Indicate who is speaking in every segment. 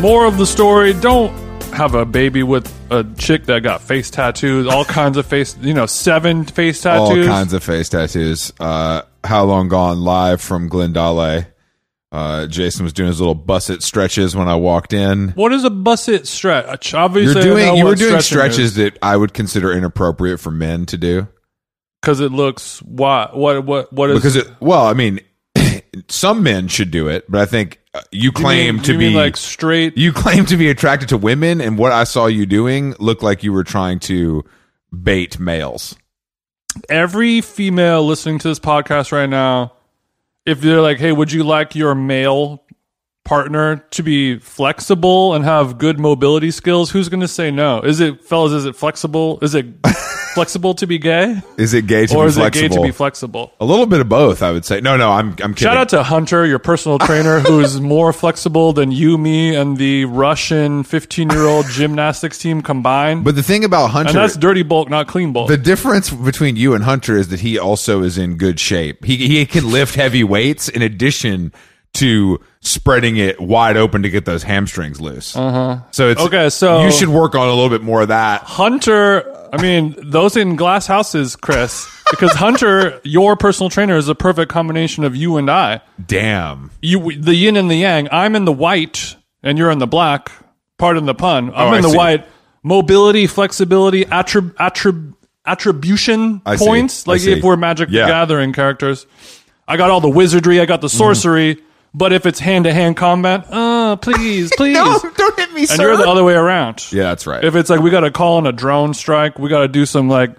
Speaker 1: More of the story. Don't have a baby with a chick that got face tattoos, all kinds of face, you know, seven face
Speaker 2: all
Speaker 1: tattoos.
Speaker 2: kinds of face tattoos. Uh, How long gone live from Glendale. Uh, Jason was doing his little busset stretches when I walked in.
Speaker 1: What is a busset stretch? Obviously,
Speaker 2: You're doing you were doing stretches that I would consider inappropriate for men to do
Speaker 1: because it looks what what what what is
Speaker 2: because it. Well, I mean, some men should do it, but I think uh, you
Speaker 1: you mean-
Speaker 2: claim to
Speaker 1: you
Speaker 2: be
Speaker 1: mean like straight.
Speaker 2: you claim to be attracted to women, and what I saw you doing looked like you were trying to bait males.
Speaker 1: Every female listening to this podcast right now, if they're like, "Hey, would you like your male partner to be flexible and have good mobility skills?" Who's going to say no? Is it fellas? Is it flexible? Is it flexible to be gay,
Speaker 2: Is it gay to
Speaker 1: or
Speaker 2: be
Speaker 1: is
Speaker 2: flexible?
Speaker 1: it gay to be flexible?
Speaker 2: a little bit of both, I would say. No, no, I'm I'm kidding.
Speaker 1: Shout out to Hunter, your personal trainer, who is more flexible than you, me, and the Russian 15 year old gymnastics team combined.
Speaker 2: But the thing about Hunter,
Speaker 1: and that's dirty bulk, not clean bulk.
Speaker 2: the difference between you and Hunter is that he also is in good shape. He he can lift heavy weights in addition to spreading it wide open to get those hamstrings loose. Uh-huh. So it's
Speaker 1: Okay, so-
Speaker 2: you should work on a little bit more of that.
Speaker 1: Hunter, I mean, those in glass houses, Chris, because Hunter, your personal trainer, is a perfect combination of you and I.
Speaker 2: Damn.
Speaker 1: You, the yin and the yang. I'm in the white, and you're in the black. Pardon the pun. I'm
Speaker 2: Oh, I
Speaker 1: in the
Speaker 2: see.
Speaker 1: white. Mobility, flexibility, attrib- attrib- attribution
Speaker 2: I see.
Speaker 1: points.
Speaker 2: I
Speaker 1: Like
Speaker 2: see.
Speaker 1: if we're Magic
Speaker 2: Yeah. Mm-hmm.
Speaker 1: the Gathering characters, I got all the wizardry. I got the sorcery. But if it's hand to hand combat, uh, please, please.
Speaker 2: don't hit me,
Speaker 1: And you're the other way around.
Speaker 2: yeah, that's right.
Speaker 1: If it's like we got to call in a drone strike, we got to do some like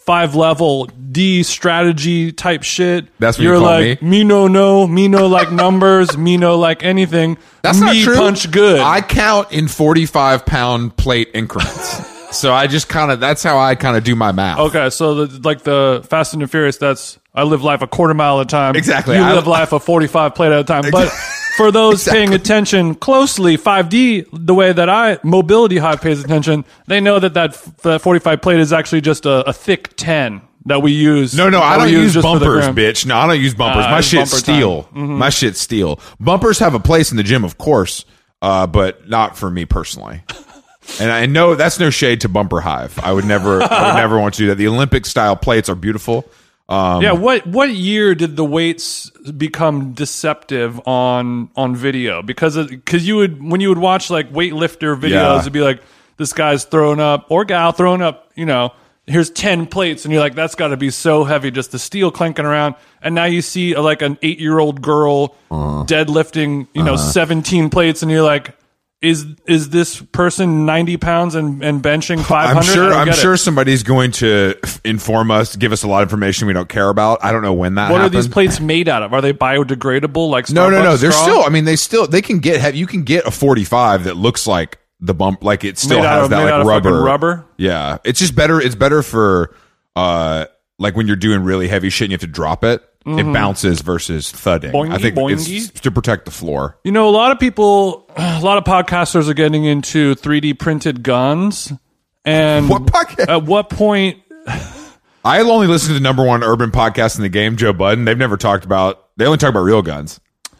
Speaker 1: five level D strategy type shit.
Speaker 2: That's what you
Speaker 1: you're
Speaker 2: call
Speaker 1: like me. no no me no like numbers me no like anything.
Speaker 2: That's
Speaker 1: me
Speaker 2: not true.
Speaker 1: punch good.
Speaker 2: I count in 45 pound plate increments. so I just kind of, that's how I kind of do my math.
Speaker 1: okay, so the, like the Fast and the Furious, that's I live life a quarter mile at a time.
Speaker 2: Exactly.
Speaker 1: you
Speaker 2: I-
Speaker 1: live life a forty five plate at a time. But for those paying attention closely, five D the way that I mobility high pays attention, they know that that, that forty five plate is actually just a, a thick ten. That we use.
Speaker 2: No, no, I
Speaker 1: that we
Speaker 2: don't use
Speaker 1: just for the
Speaker 2: bumpers,
Speaker 1: gram.
Speaker 2: bitch. No, I don't use bumpers.
Speaker 1: Uh,
Speaker 2: My
Speaker 1: it's
Speaker 2: shit's
Speaker 1: bumper time. Mm-hmm.
Speaker 2: steel. My shit's steel. Bumpers have a place in the gym, of course, uh, but not for me personally. And I know that's no shade to Bumper Hive. I would never, I would never want to do that. The Olympic style plates are beautiful. Um,
Speaker 1: Yeah, what what year did the weights become deceptive on on video? Because because you would when you would watch like weightlifter videos,
Speaker 2: Yeah.
Speaker 1: it'd be like this guy's throwing up or gal throwing up, you know, here's ten plates, and you're like, that's got to be so heavy, just the steel clanking around. And now you see uh, like an eight year old girl
Speaker 2: Uh-huh.
Speaker 1: deadlifting, you know, seventeen plates, and you're like. Is is this person ninety pounds and, and benching five
Speaker 2: I'm
Speaker 1: hundred?
Speaker 2: sure. I'm sure somebody's going to f- inform us, give us a lot of information we don't care about. I don't know when that.
Speaker 1: What are
Speaker 2: happened.
Speaker 1: these plates made out of? Are they biodegradable? Like
Speaker 2: No, no, no.
Speaker 1: Starbucks
Speaker 2: They're
Speaker 1: straw?
Speaker 2: still. I mean, they still. They can get. Have you can get a forty-five that looks like the bump. Like it still
Speaker 1: Made out
Speaker 2: has
Speaker 1: of-
Speaker 2: that
Speaker 1: made
Speaker 2: like
Speaker 1: out of fucking
Speaker 2: rubber.
Speaker 1: rubber?
Speaker 2: Yeah, it's just better. It's better for uh like when you're doing really heavy shit and you have to drop it. It bounces versus thudding. I
Speaker 1: Mm-hmm. Boingy,
Speaker 2: think it's
Speaker 1: boingy.
Speaker 2: to protect the floor.
Speaker 1: You know, a lot of people, a lot of podcasters are getting into 3D printed guns. And
Speaker 2: What podcast?
Speaker 1: at what point?
Speaker 2: I only listen to the number one urban podcast in the game, Joe Budden. They've never talked about. They only talk about real guns.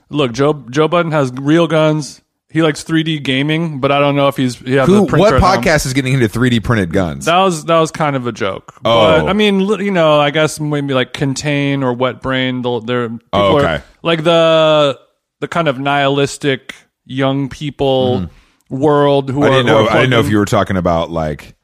Speaker 1: Look, Joe Joe Budden has real guns. He likes 3D gaming, but I don't know if he's he has
Speaker 2: Who?
Speaker 1: a printer.
Speaker 2: What
Speaker 1: at home.
Speaker 2: podcast is getting into 3D printed guns?
Speaker 1: That was that was kind of a joke.
Speaker 2: Oh.
Speaker 1: But I mean, li- you know, I guess maybe like contain or wet brain. they'll- They're people
Speaker 2: Oh,
Speaker 1: are-
Speaker 2: okay.
Speaker 1: like the the kind of nihilistic young people world who
Speaker 2: Mm-hmm. I
Speaker 1: are.
Speaker 2: didn't
Speaker 1: who are
Speaker 2: know. I didn't know if
Speaker 1: plugged
Speaker 2: you were talking about like,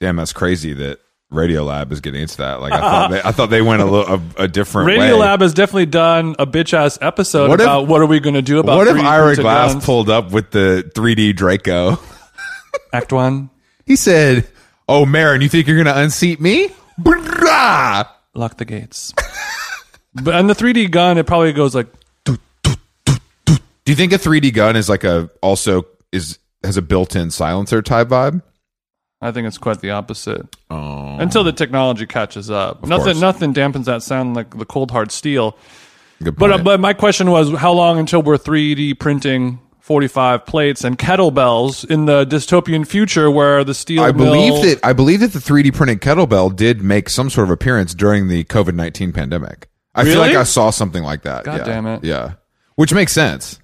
Speaker 2: damn, that's crazy that Radiolab is getting into that. Like, I thought they, I thought they went a little a, a different
Speaker 1: in.
Speaker 2: way.
Speaker 1: Radio Lab has definitely done a bitch ass episode
Speaker 2: What if-
Speaker 1: about what are we going to do about
Speaker 2: What if
Speaker 1: 3D
Speaker 2: Ira
Speaker 1: printed
Speaker 2: Glass
Speaker 1: guns.
Speaker 2: pulled up with the 3D Draco?
Speaker 1: Act One?
Speaker 2: He said, "Oh, Marin, you think you're gonna unseat me?" Brrrah!
Speaker 1: Lock the gates. but and the 3D gun, it probably goes like
Speaker 2: Do you think a 3D gun is like a also is has a built-in silencer type vibe?
Speaker 1: I think it's quite the opposite.
Speaker 2: Oh,
Speaker 1: until the technology catches up. nothing,
Speaker 2: course.
Speaker 1: nothing dampens that sound like the cold hard steel.
Speaker 2: good
Speaker 1: But
Speaker 2: point.
Speaker 1: uh, but my question was, how long until we're 3D printing 45 plates and kettlebells in the dystopian future where the steel?
Speaker 2: I
Speaker 1: mill-
Speaker 2: believe that I believe that the 3D printed kettlebell did make some sort of appearance during the COVID 19 pandemic. I feel
Speaker 1: Really?
Speaker 2: like I saw something like that.
Speaker 1: God
Speaker 2: yeah.
Speaker 1: damn it.
Speaker 2: Yeah. Which makes sense.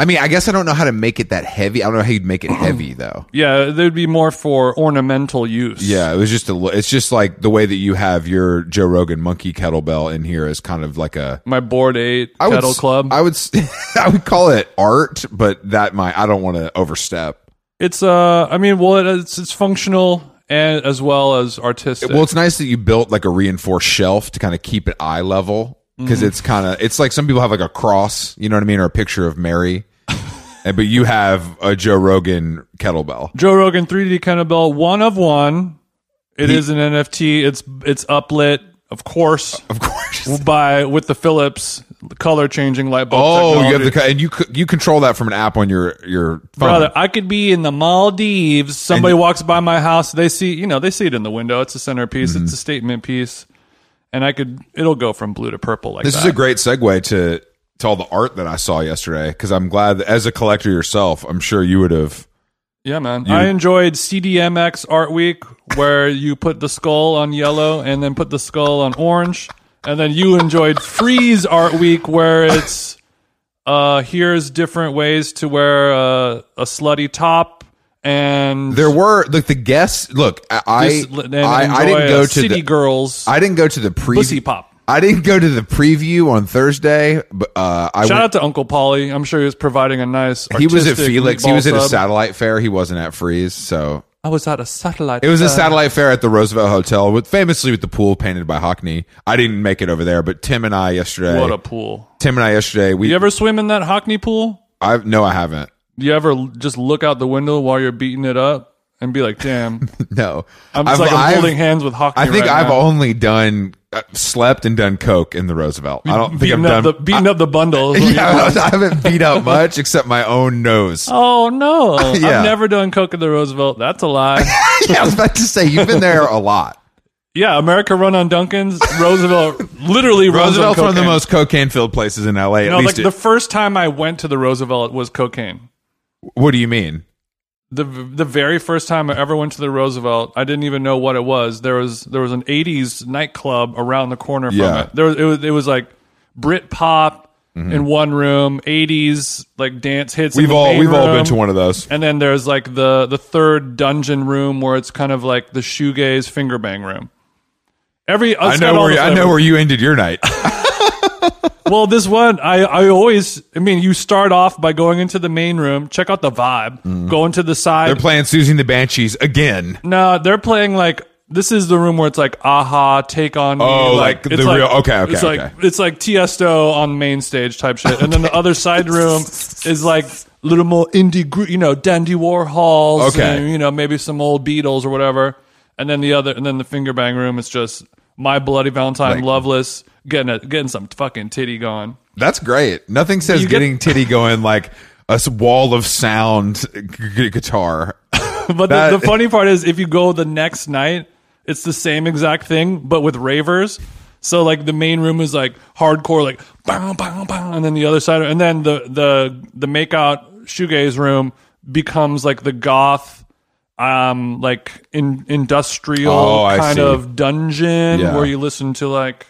Speaker 2: I mean, I guess I don't know how to make it that heavy. I don't know how you'd make it heavy though.
Speaker 1: Yeah, they'd be more for ornamental use.
Speaker 2: Yeah, it was just a. li- It's just like the way that you have your Joe Rogan monkey kettlebell in here is kind of like a
Speaker 1: My board eight
Speaker 2: I would
Speaker 1: kettle
Speaker 2: s-
Speaker 1: club.
Speaker 2: I would s- I would call it art, but that might I don't want to overstep.
Speaker 1: it's uh, I mean, well, it- it's it's functional and as well as artistic.
Speaker 2: Well, it's nice that you built like a reinforced shelf to kind of keep it eye level because
Speaker 1: Mm-hmm.
Speaker 2: it's kind of it's like some people have like a cross, you know what I mean, or a picture of Mary, and, but you have a Joe Rogan kettlebell.
Speaker 1: Joe Rogan 3D kettlebell, one of one. It is an NFT. It's it's uplit, of course,
Speaker 2: Of course.
Speaker 1: by with the Philips color changing light bulb.
Speaker 2: Oh, you
Speaker 1: technology.
Speaker 2: have the co- and you c- you control that from an app on your your phone.
Speaker 1: brother. I could be in the Maldives. Somebody walks by my house. They see you know they see it in the window. It's a centerpiece.
Speaker 2: Mm-hmm.
Speaker 1: It's a statement piece, and I could it'll go from blue to purple like
Speaker 2: This
Speaker 1: that.
Speaker 2: is a great segue to to all the art that I saw yesterday because I'm glad that as a collector yourself, I'm sure you would have.
Speaker 1: yeah, man. I enjoyed CDMX Art Week where you put the skull on yellow and then put the skull on orange, and then you enjoyed Freeze Art Week where it's uh here's different ways to wear a, a slutty top and
Speaker 2: There were like the guests. Look, I I,
Speaker 1: just l- and
Speaker 2: I, I
Speaker 1: enjoy
Speaker 2: didn't
Speaker 1: a
Speaker 2: go to
Speaker 1: City
Speaker 2: the
Speaker 1: Girls
Speaker 2: I didn't go to the
Speaker 1: pussy
Speaker 2: preview.
Speaker 1: pop.
Speaker 2: I didn't go to the preview on Thursday, but uh, I
Speaker 1: Shout
Speaker 2: went,
Speaker 1: out to Uncle Polly. I'm sure he was providing a nice.
Speaker 2: he was at
Speaker 1: artistic
Speaker 2: Felix. He
Speaker 1: meatball
Speaker 2: was at a
Speaker 1: sub.
Speaker 2: satellite fair. He wasn't at Freeze, so
Speaker 1: I was at a satellite. uh,
Speaker 2: It was a satellite fair at the Roosevelt Hotel, with famously with the pool painted by Hockney. I didn't make it over there, but Tim and I yesterday.
Speaker 1: What a pool!
Speaker 2: Tim and I yesterday. We.
Speaker 1: You ever swim in that Hockney pool?
Speaker 2: I no, I haven't.
Speaker 1: You ever l- just look out the window while you're beating it up and be like, "Damn,
Speaker 2: No,
Speaker 1: I'm just
Speaker 2: I've-
Speaker 1: like I'm
Speaker 2: I've-
Speaker 1: holding hands with Hockney."
Speaker 2: I think
Speaker 1: right
Speaker 2: I've
Speaker 1: now.
Speaker 2: only done uh, slept and done coke in the Roosevelt. I don't think
Speaker 1: beating up
Speaker 2: I've done.
Speaker 1: the beating up the bundle. is what you-
Speaker 2: yeah, I haven't beat up much except my own nose.
Speaker 1: Oh no!
Speaker 2: Yeah.
Speaker 1: I've never done coke at the Roosevelt. That's a lie.
Speaker 2: yeah, I was about to say you've been there a lot.
Speaker 1: yeah, America run on Duncan's. Roosevelt literally runs on
Speaker 2: Roosevelt's one of the
Speaker 1: cocaine.
Speaker 2: most cocaine-filled places in LA. At
Speaker 1: No, like
Speaker 2: least, it-
Speaker 1: the first time I went to the Roosevelt was cocaine.
Speaker 2: what do you mean?
Speaker 1: the the very first time I ever went to the Roosevelt, I didn't even know what it was. There was there was an '80s nightclub around the corner from
Speaker 2: Yeah. Mm-hmm.
Speaker 1: it. There was, it was it was like Brit pop in one room, '80s like dance hits. in
Speaker 2: We've
Speaker 1: the
Speaker 2: all
Speaker 1: main
Speaker 2: we've all
Speaker 1: room.
Speaker 2: been to one of those.
Speaker 1: And then there's like the the third dungeon room where it's kind of like the shoegaze finger bang room. Every
Speaker 2: I know where you- I know where you ended your night.
Speaker 1: well, this one, I, I always, I mean, you start off by going into the main room, check out the vibe,
Speaker 2: Mm-hmm.
Speaker 1: go into the side,
Speaker 2: They're playing Susie and the Banshees again.
Speaker 1: No, they're playing like this is the room where it's like aha, take on me.
Speaker 2: Oh, like
Speaker 1: it's
Speaker 2: the real- okay, okay,
Speaker 1: It's like
Speaker 2: okay.
Speaker 1: it's like Tiesto on main stage type shit, and then the other side room is like a little more indie, gr- you know, Dandy Warhols,
Speaker 2: Okay.
Speaker 1: and, you know, maybe some old Beatles or whatever, and then the other, and then the finger bang room is just my bloody Valentine,
Speaker 2: Like-
Speaker 1: Loveless, getting a, getting some fucking titty going.
Speaker 2: That's great. Nothing says
Speaker 1: You get-
Speaker 2: getting titty going like a s- wall of sound g- g- guitar.
Speaker 1: But
Speaker 2: That-
Speaker 1: the, the funny part is, if you go the next night, it's the same exact thing, but with ravers. So like the main room is like hardcore, like bang bang bang, and then the other side, and then the the the makeout shoegaze room becomes like the goth, um, like in, industrial
Speaker 2: Oh, I
Speaker 1: kind
Speaker 2: see.
Speaker 1: of dungeon
Speaker 2: Yeah.
Speaker 1: where you listen to like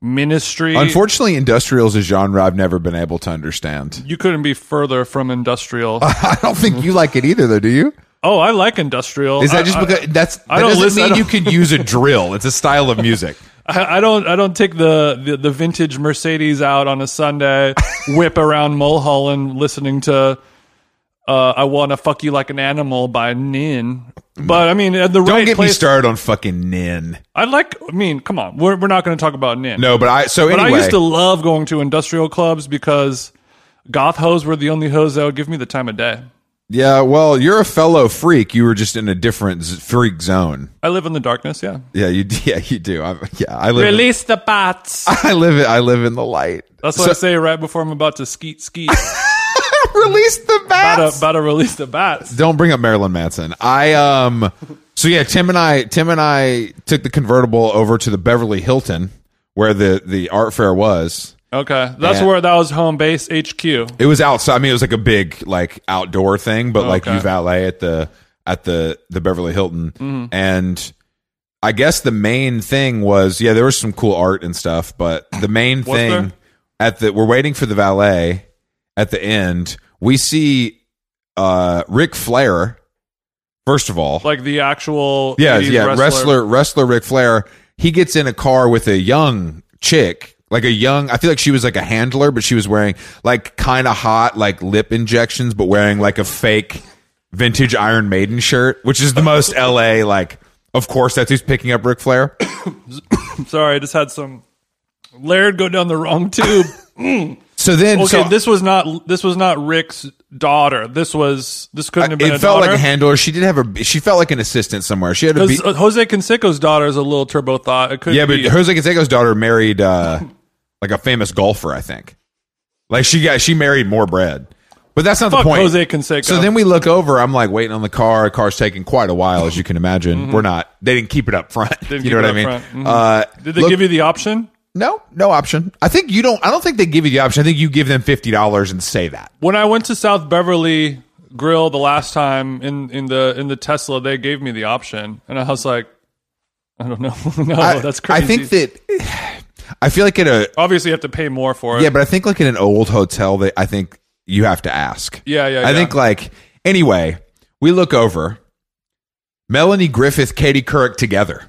Speaker 1: Ministry.
Speaker 2: Unfortunately, industrial is a genre I've never been able to understand.
Speaker 1: you couldn't be further from industrial.
Speaker 2: I don't think you like it either, though. Do you?
Speaker 1: oh, I like industrial.
Speaker 2: Is that
Speaker 1: I-
Speaker 2: just
Speaker 1: I-
Speaker 2: because that's that
Speaker 1: I don't
Speaker 2: doesn't
Speaker 1: listen- I
Speaker 2: mean you
Speaker 1: don't-
Speaker 2: could use a drill? It's a style of music.
Speaker 1: I, I don't I don't take the, the the vintage Mercedes out on a Sunday, whip around Mulholland listening to uh, "I Want to Fuck You Like an Animal" by Nin. But I mean, at the
Speaker 2: Don't
Speaker 1: right
Speaker 2: get me
Speaker 1: place.
Speaker 2: started on fucking nin.
Speaker 1: I like. I mean, come on, we're we're not going to talk about Nin.
Speaker 2: No, but I so
Speaker 1: but
Speaker 2: anyway.
Speaker 1: I used to love going to industrial clubs because goth hoes were the only hoes that would give me the time of day.
Speaker 2: yeah, well, you're a fellow freak. You were just in a different z- freak zone.
Speaker 1: I live in the darkness. Yeah,
Speaker 2: Yeah, you. Yeah, you do. I, yeah, I live.
Speaker 1: release the bats.
Speaker 2: I live. I live in the light.
Speaker 1: That's what I say right before I'm about to skeet skeet.
Speaker 2: Release the bats.
Speaker 1: about, to, about to release the bats.
Speaker 2: Don't bring up Marilyn Manson. I um so yeah, Tim and I Tim and I took the convertible over to the Beverly Hilton where the the art fair was.
Speaker 1: Okay, that's
Speaker 2: Yeah.
Speaker 1: where that was home base HQ.
Speaker 2: It was outside. I mean, it was like a big like outdoor thing, but like
Speaker 1: Okay.
Speaker 2: you valet at the at the the Beverly Hilton
Speaker 1: Mm-hmm.
Speaker 2: and I guess the main thing was yeah, there was some cool art and stuff, but the main
Speaker 1: Was
Speaker 2: thing
Speaker 1: there?
Speaker 2: at the we're waiting for the valet at the end, we see uh Ric Flair. First of all,
Speaker 1: Like the actual
Speaker 2: yeah,
Speaker 1: 80s
Speaker 2: yeah, wrestler, wrestler Ric Flair. He gets in a car with a young chick, like a young. I feel like she was like a handler, but she was wearing like kind of hot, like lip injections, but wearing like a fake vintage Iron Maiden shirt, which is the most LA. Like, of course, that's who's picking up Ric Flair.
Speaker 1: Sorry, I just had some Laird go down the wrong tube.
Speaker 2: So then,
Speaker 1: Okay,
Speaker 2: so
Speaker 1: this was not this was not Rick's daughter. This was this couldn't have been
Speaker 2: it
Speaker 1: a
Speaker 2: felt
Speaker 1: daughter.
Speaker 2: like a handler. She did have a. She felt like an assistant somewhere. She had a. Be-
Speaker 1: Because, uh, Jose Canseco's daughter is a little turbo thought. It could
Speaker 2: yeah, but
Speaker 1: be.
Speaker 2: Jose Canseco's daughter married uh, like a famous golfer, I think. Like she got she married more bread. But that's not
Speaker 1: Fuck
Speaker 2: the point.
Speaker 1: Jose Canseco.
Speaker 2: So then we look over. I'm like waiting on the car. Car's taking quite a while, as you can imagine. We're not. They didn't keep it up front.
Speaker 1: Mm-hmm. Didn't
Speaker 2: you know
Speaker 1: keep
Speaker 2: what I
Speaker 1: it
Speaker 2: mean?
Speaker 1: up front. Mhm.
Speaker 2: Uh,
Speaker 1: Did they
Speaker 2: look-
Speaker 1: give you the option?
Speaker 2: no? No option. I think you don't. I don't think they give you the option. I think you give them fifty dollars and say that.
Speaker 1: When I went to South Beverly Grill the last time in, in the in the Tesla, they gave me the option, and I was like, I don't know. no,
Speaker 2: I-
Speaker 1: Oh, that's crazy.
Speaker 2: I think that. I feel like in a
Speaker 1: obviously you have to pay more for it.
Speaker 2: yeah, but I think like in an old hotel, they I think you have to ask.
Speaker 1: yeah, yeah.
Speaker 2: I
Speaker 1: yeah.
Speaker 2: think like anyway, we look over Melanie Griffith, Katie Couric together,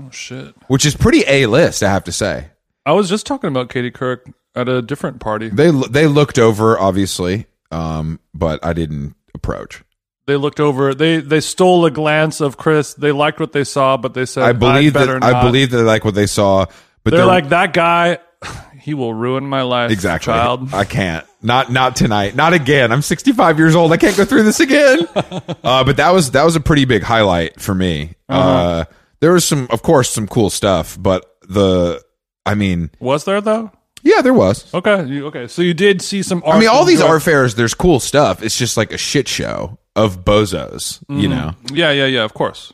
Speaker 1: Oh shit!
Speaker 2: which is pretty a list, I have to say.
Speaker 1: I was just talking about Katie Kirk at a different party.
Speaker 2: They they looked over obviously, um, but I didn't approach.
Speaker 1: They looked over. They they stole a glance of Chris. They liked what they saw, but they said,
Speaker 2: I believe
Speaker 1: "I'd better
Speaker 2: that I
Speaker 1: not."
Speaker 2: believe they like what they saw, but
Speaker 1: They're like that guy. He will ruin my life.
Speaker 2: exactly.
Speaker 1: child.
Speaker 2: I can't. Not not tonight. Not again. I'm 65 years old. I can't go through this again. uh, but that was that was a pretty big highlight for me. uh
Speaker 1: Uh-huh.
Speaker 2: there was some, of course, some cool stuff, but the, I mean,
Speaker 1: Was there though?
Speaker 2: yeah, there was.
Speaker 1: Okay, you, okay. So you did see some art.
Speaker 2: I mean, all
Speaker 1: from
Speaker 2: these
Speaker 1: Dra-
Speaker 2: art fairs, there's cool stuff. It's just like a shit show of bozos,
Speaker 1: Mm-hmm.
Speaker 2: you know.
Speaker 1: Mm, Yeah, yeah, yeah. Of course.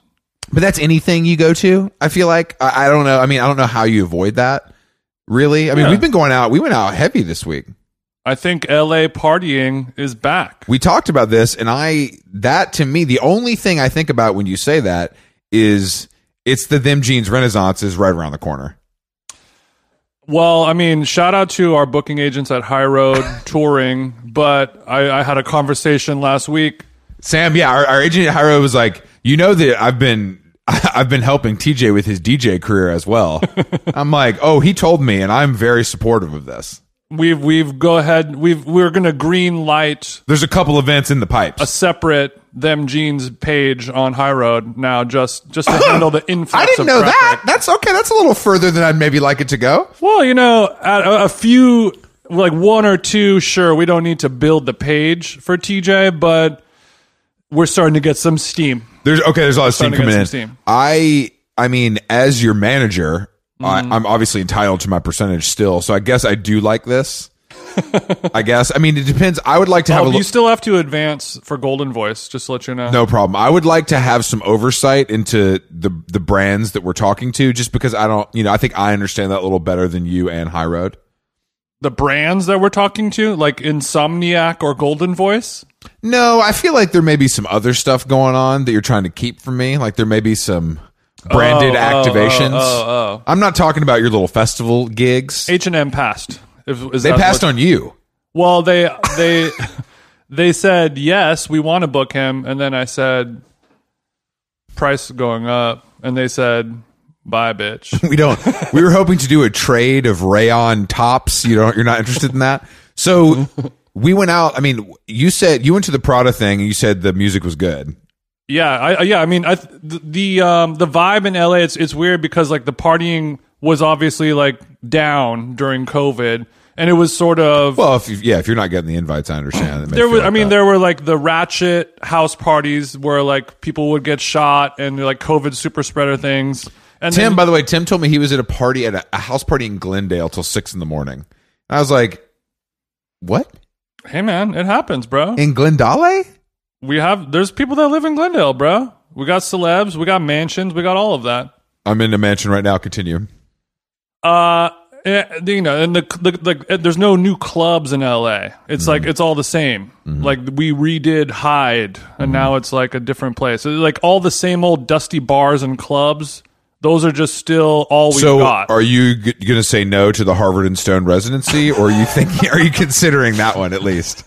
Speaker 2: But that's anything you go to. I feel like I, I don't know. I mean, I don't know how you avoid that. Really, I mean,
Speaker 1: Yeah.
Speaker 2: we've been going out. We went out heavy this week.
Speaker 1: I think L.A. partying is back.
Speaker 2: We talked about this, and I that to me, the only thing I think about when you say that is it's the them jeans renaissance is right around the corner.
Speaker 1: Well, I mean, shout out to our booking agents at High Road Touring. But I, I had a conversation last week.
Speaker 2: Sam, yeah, our, our agent at Hyro was like, you know that I've been I've been helping TJ with his DJ career as well. I'm like, oh, he told me, and I'm very supportive of this.
Speaker 1: We've we've go ahead. We've we're gonna green light
Speaker 2: There's a couple events in the
Speaker 1: a
Speaker 2: pipes.
Speaker 1: separate them jeans page on High Road now just just to handle the influx.
Speaker 2: I didn't
Speaker 1: of
Speaker 2: know
Speaker 1: traffic.
Speaker 2: that. That's okay. That's a little further than I'd maybe like it to go.
Speaker 1: Well, you know, at a, a few like one or two, sure, we don't need to build the page for TJ, but we're starting to get some steam.
Speaker 2: There's okay. There's a lot of steam
Speaker 1: to
Speaker 2: coming in.
Speaker 1: get some steam.
Speaker 2: I I mean, as your manager, I,
Speaker 1: Mm.
Speaker 2: I'm obviously entitled to my percentage still. So I guess I do like this. I guess. I mean, it depends. I would like to have a
Speaker 1: Oh,
Speaker 2: look.
Speaker 1: you still have to advance for Golden Voice, just to let you know.
Speaker 2: No problem. I would like to have some oversight into the the brands that we're talking to, just because I don't, you know, I think I understand that a little better than you and High Road.
Speaker 1: The brands that we're talking to, like Insomniac or Golden Voice.
Speaker 2: No, I feel like there may be some other stuff going on that you're trying to keep from me. Like there may be some branded
Speaker 1: Oh, oh,
Speaker 2: activations.
Speaker 1: oh,
Speaker 2: I'm not talking about your little festival gigs.
Speaker 1: H and M passed. If, is
Speaker 2: they passed on you.
Speaker 1: Well, they they they said yes, we want to book him, and then I said price going up, and they said bye, bitch.
Speaker 2: We don't. we were hoping to do a trade of rayon tops. You don't. You're not interested in that. So we went out. I mean, you said you went to the Prada thing and you said the music was good.
Speaker 1: Yeah, I, I- yeah. I mean, I, th- the um, the vibe in LA it's it's weird because like the partying was obviously like down during COVID, and it was sort of
Speaker 2: Well, if you, yeah, if you're not getting the invites, I understand. It may
Speaker 1: there
Speaker 2: feel
Speaker 1: was.
Speaker 2: like
Speaker 1: I mean,
Speaker 2: that.
Speaker 1: there were like the ratchet house parties where like people would get shot and like COVID super spreader things. And
Speaker 2: Tim,
Speaker 1: then-
Speaker 2: by the way, Tim told me he was at a party at a, a house party in Glendale till six in the morning. And I was like, "What
Speaker 1: hey man, it happens, bro.
Speaker 2: in Glendale?"
Speaker 1: We have there's people that live in Glendale, bro. We got celebs, we got mansions, we got all of that.
Speaker 2: I'm in a mansion right now. Continue.
Speaker 1: Uh, eh, you know, and the, the, the there's no new clubs in LA. It's like it's all the same.
Speaker 2: Mm-hmm.
Speaker 1: Like we redid Hyde, and now it's like a different place. It's like all the same old dusty bars and clubs, Those are just still all we've
Speaker 2: So,
Speaker 1: got.
Speaker 2: are you g- going to say no to the Harvard and Stone residency, or are you thinking? Are you considering that one at least?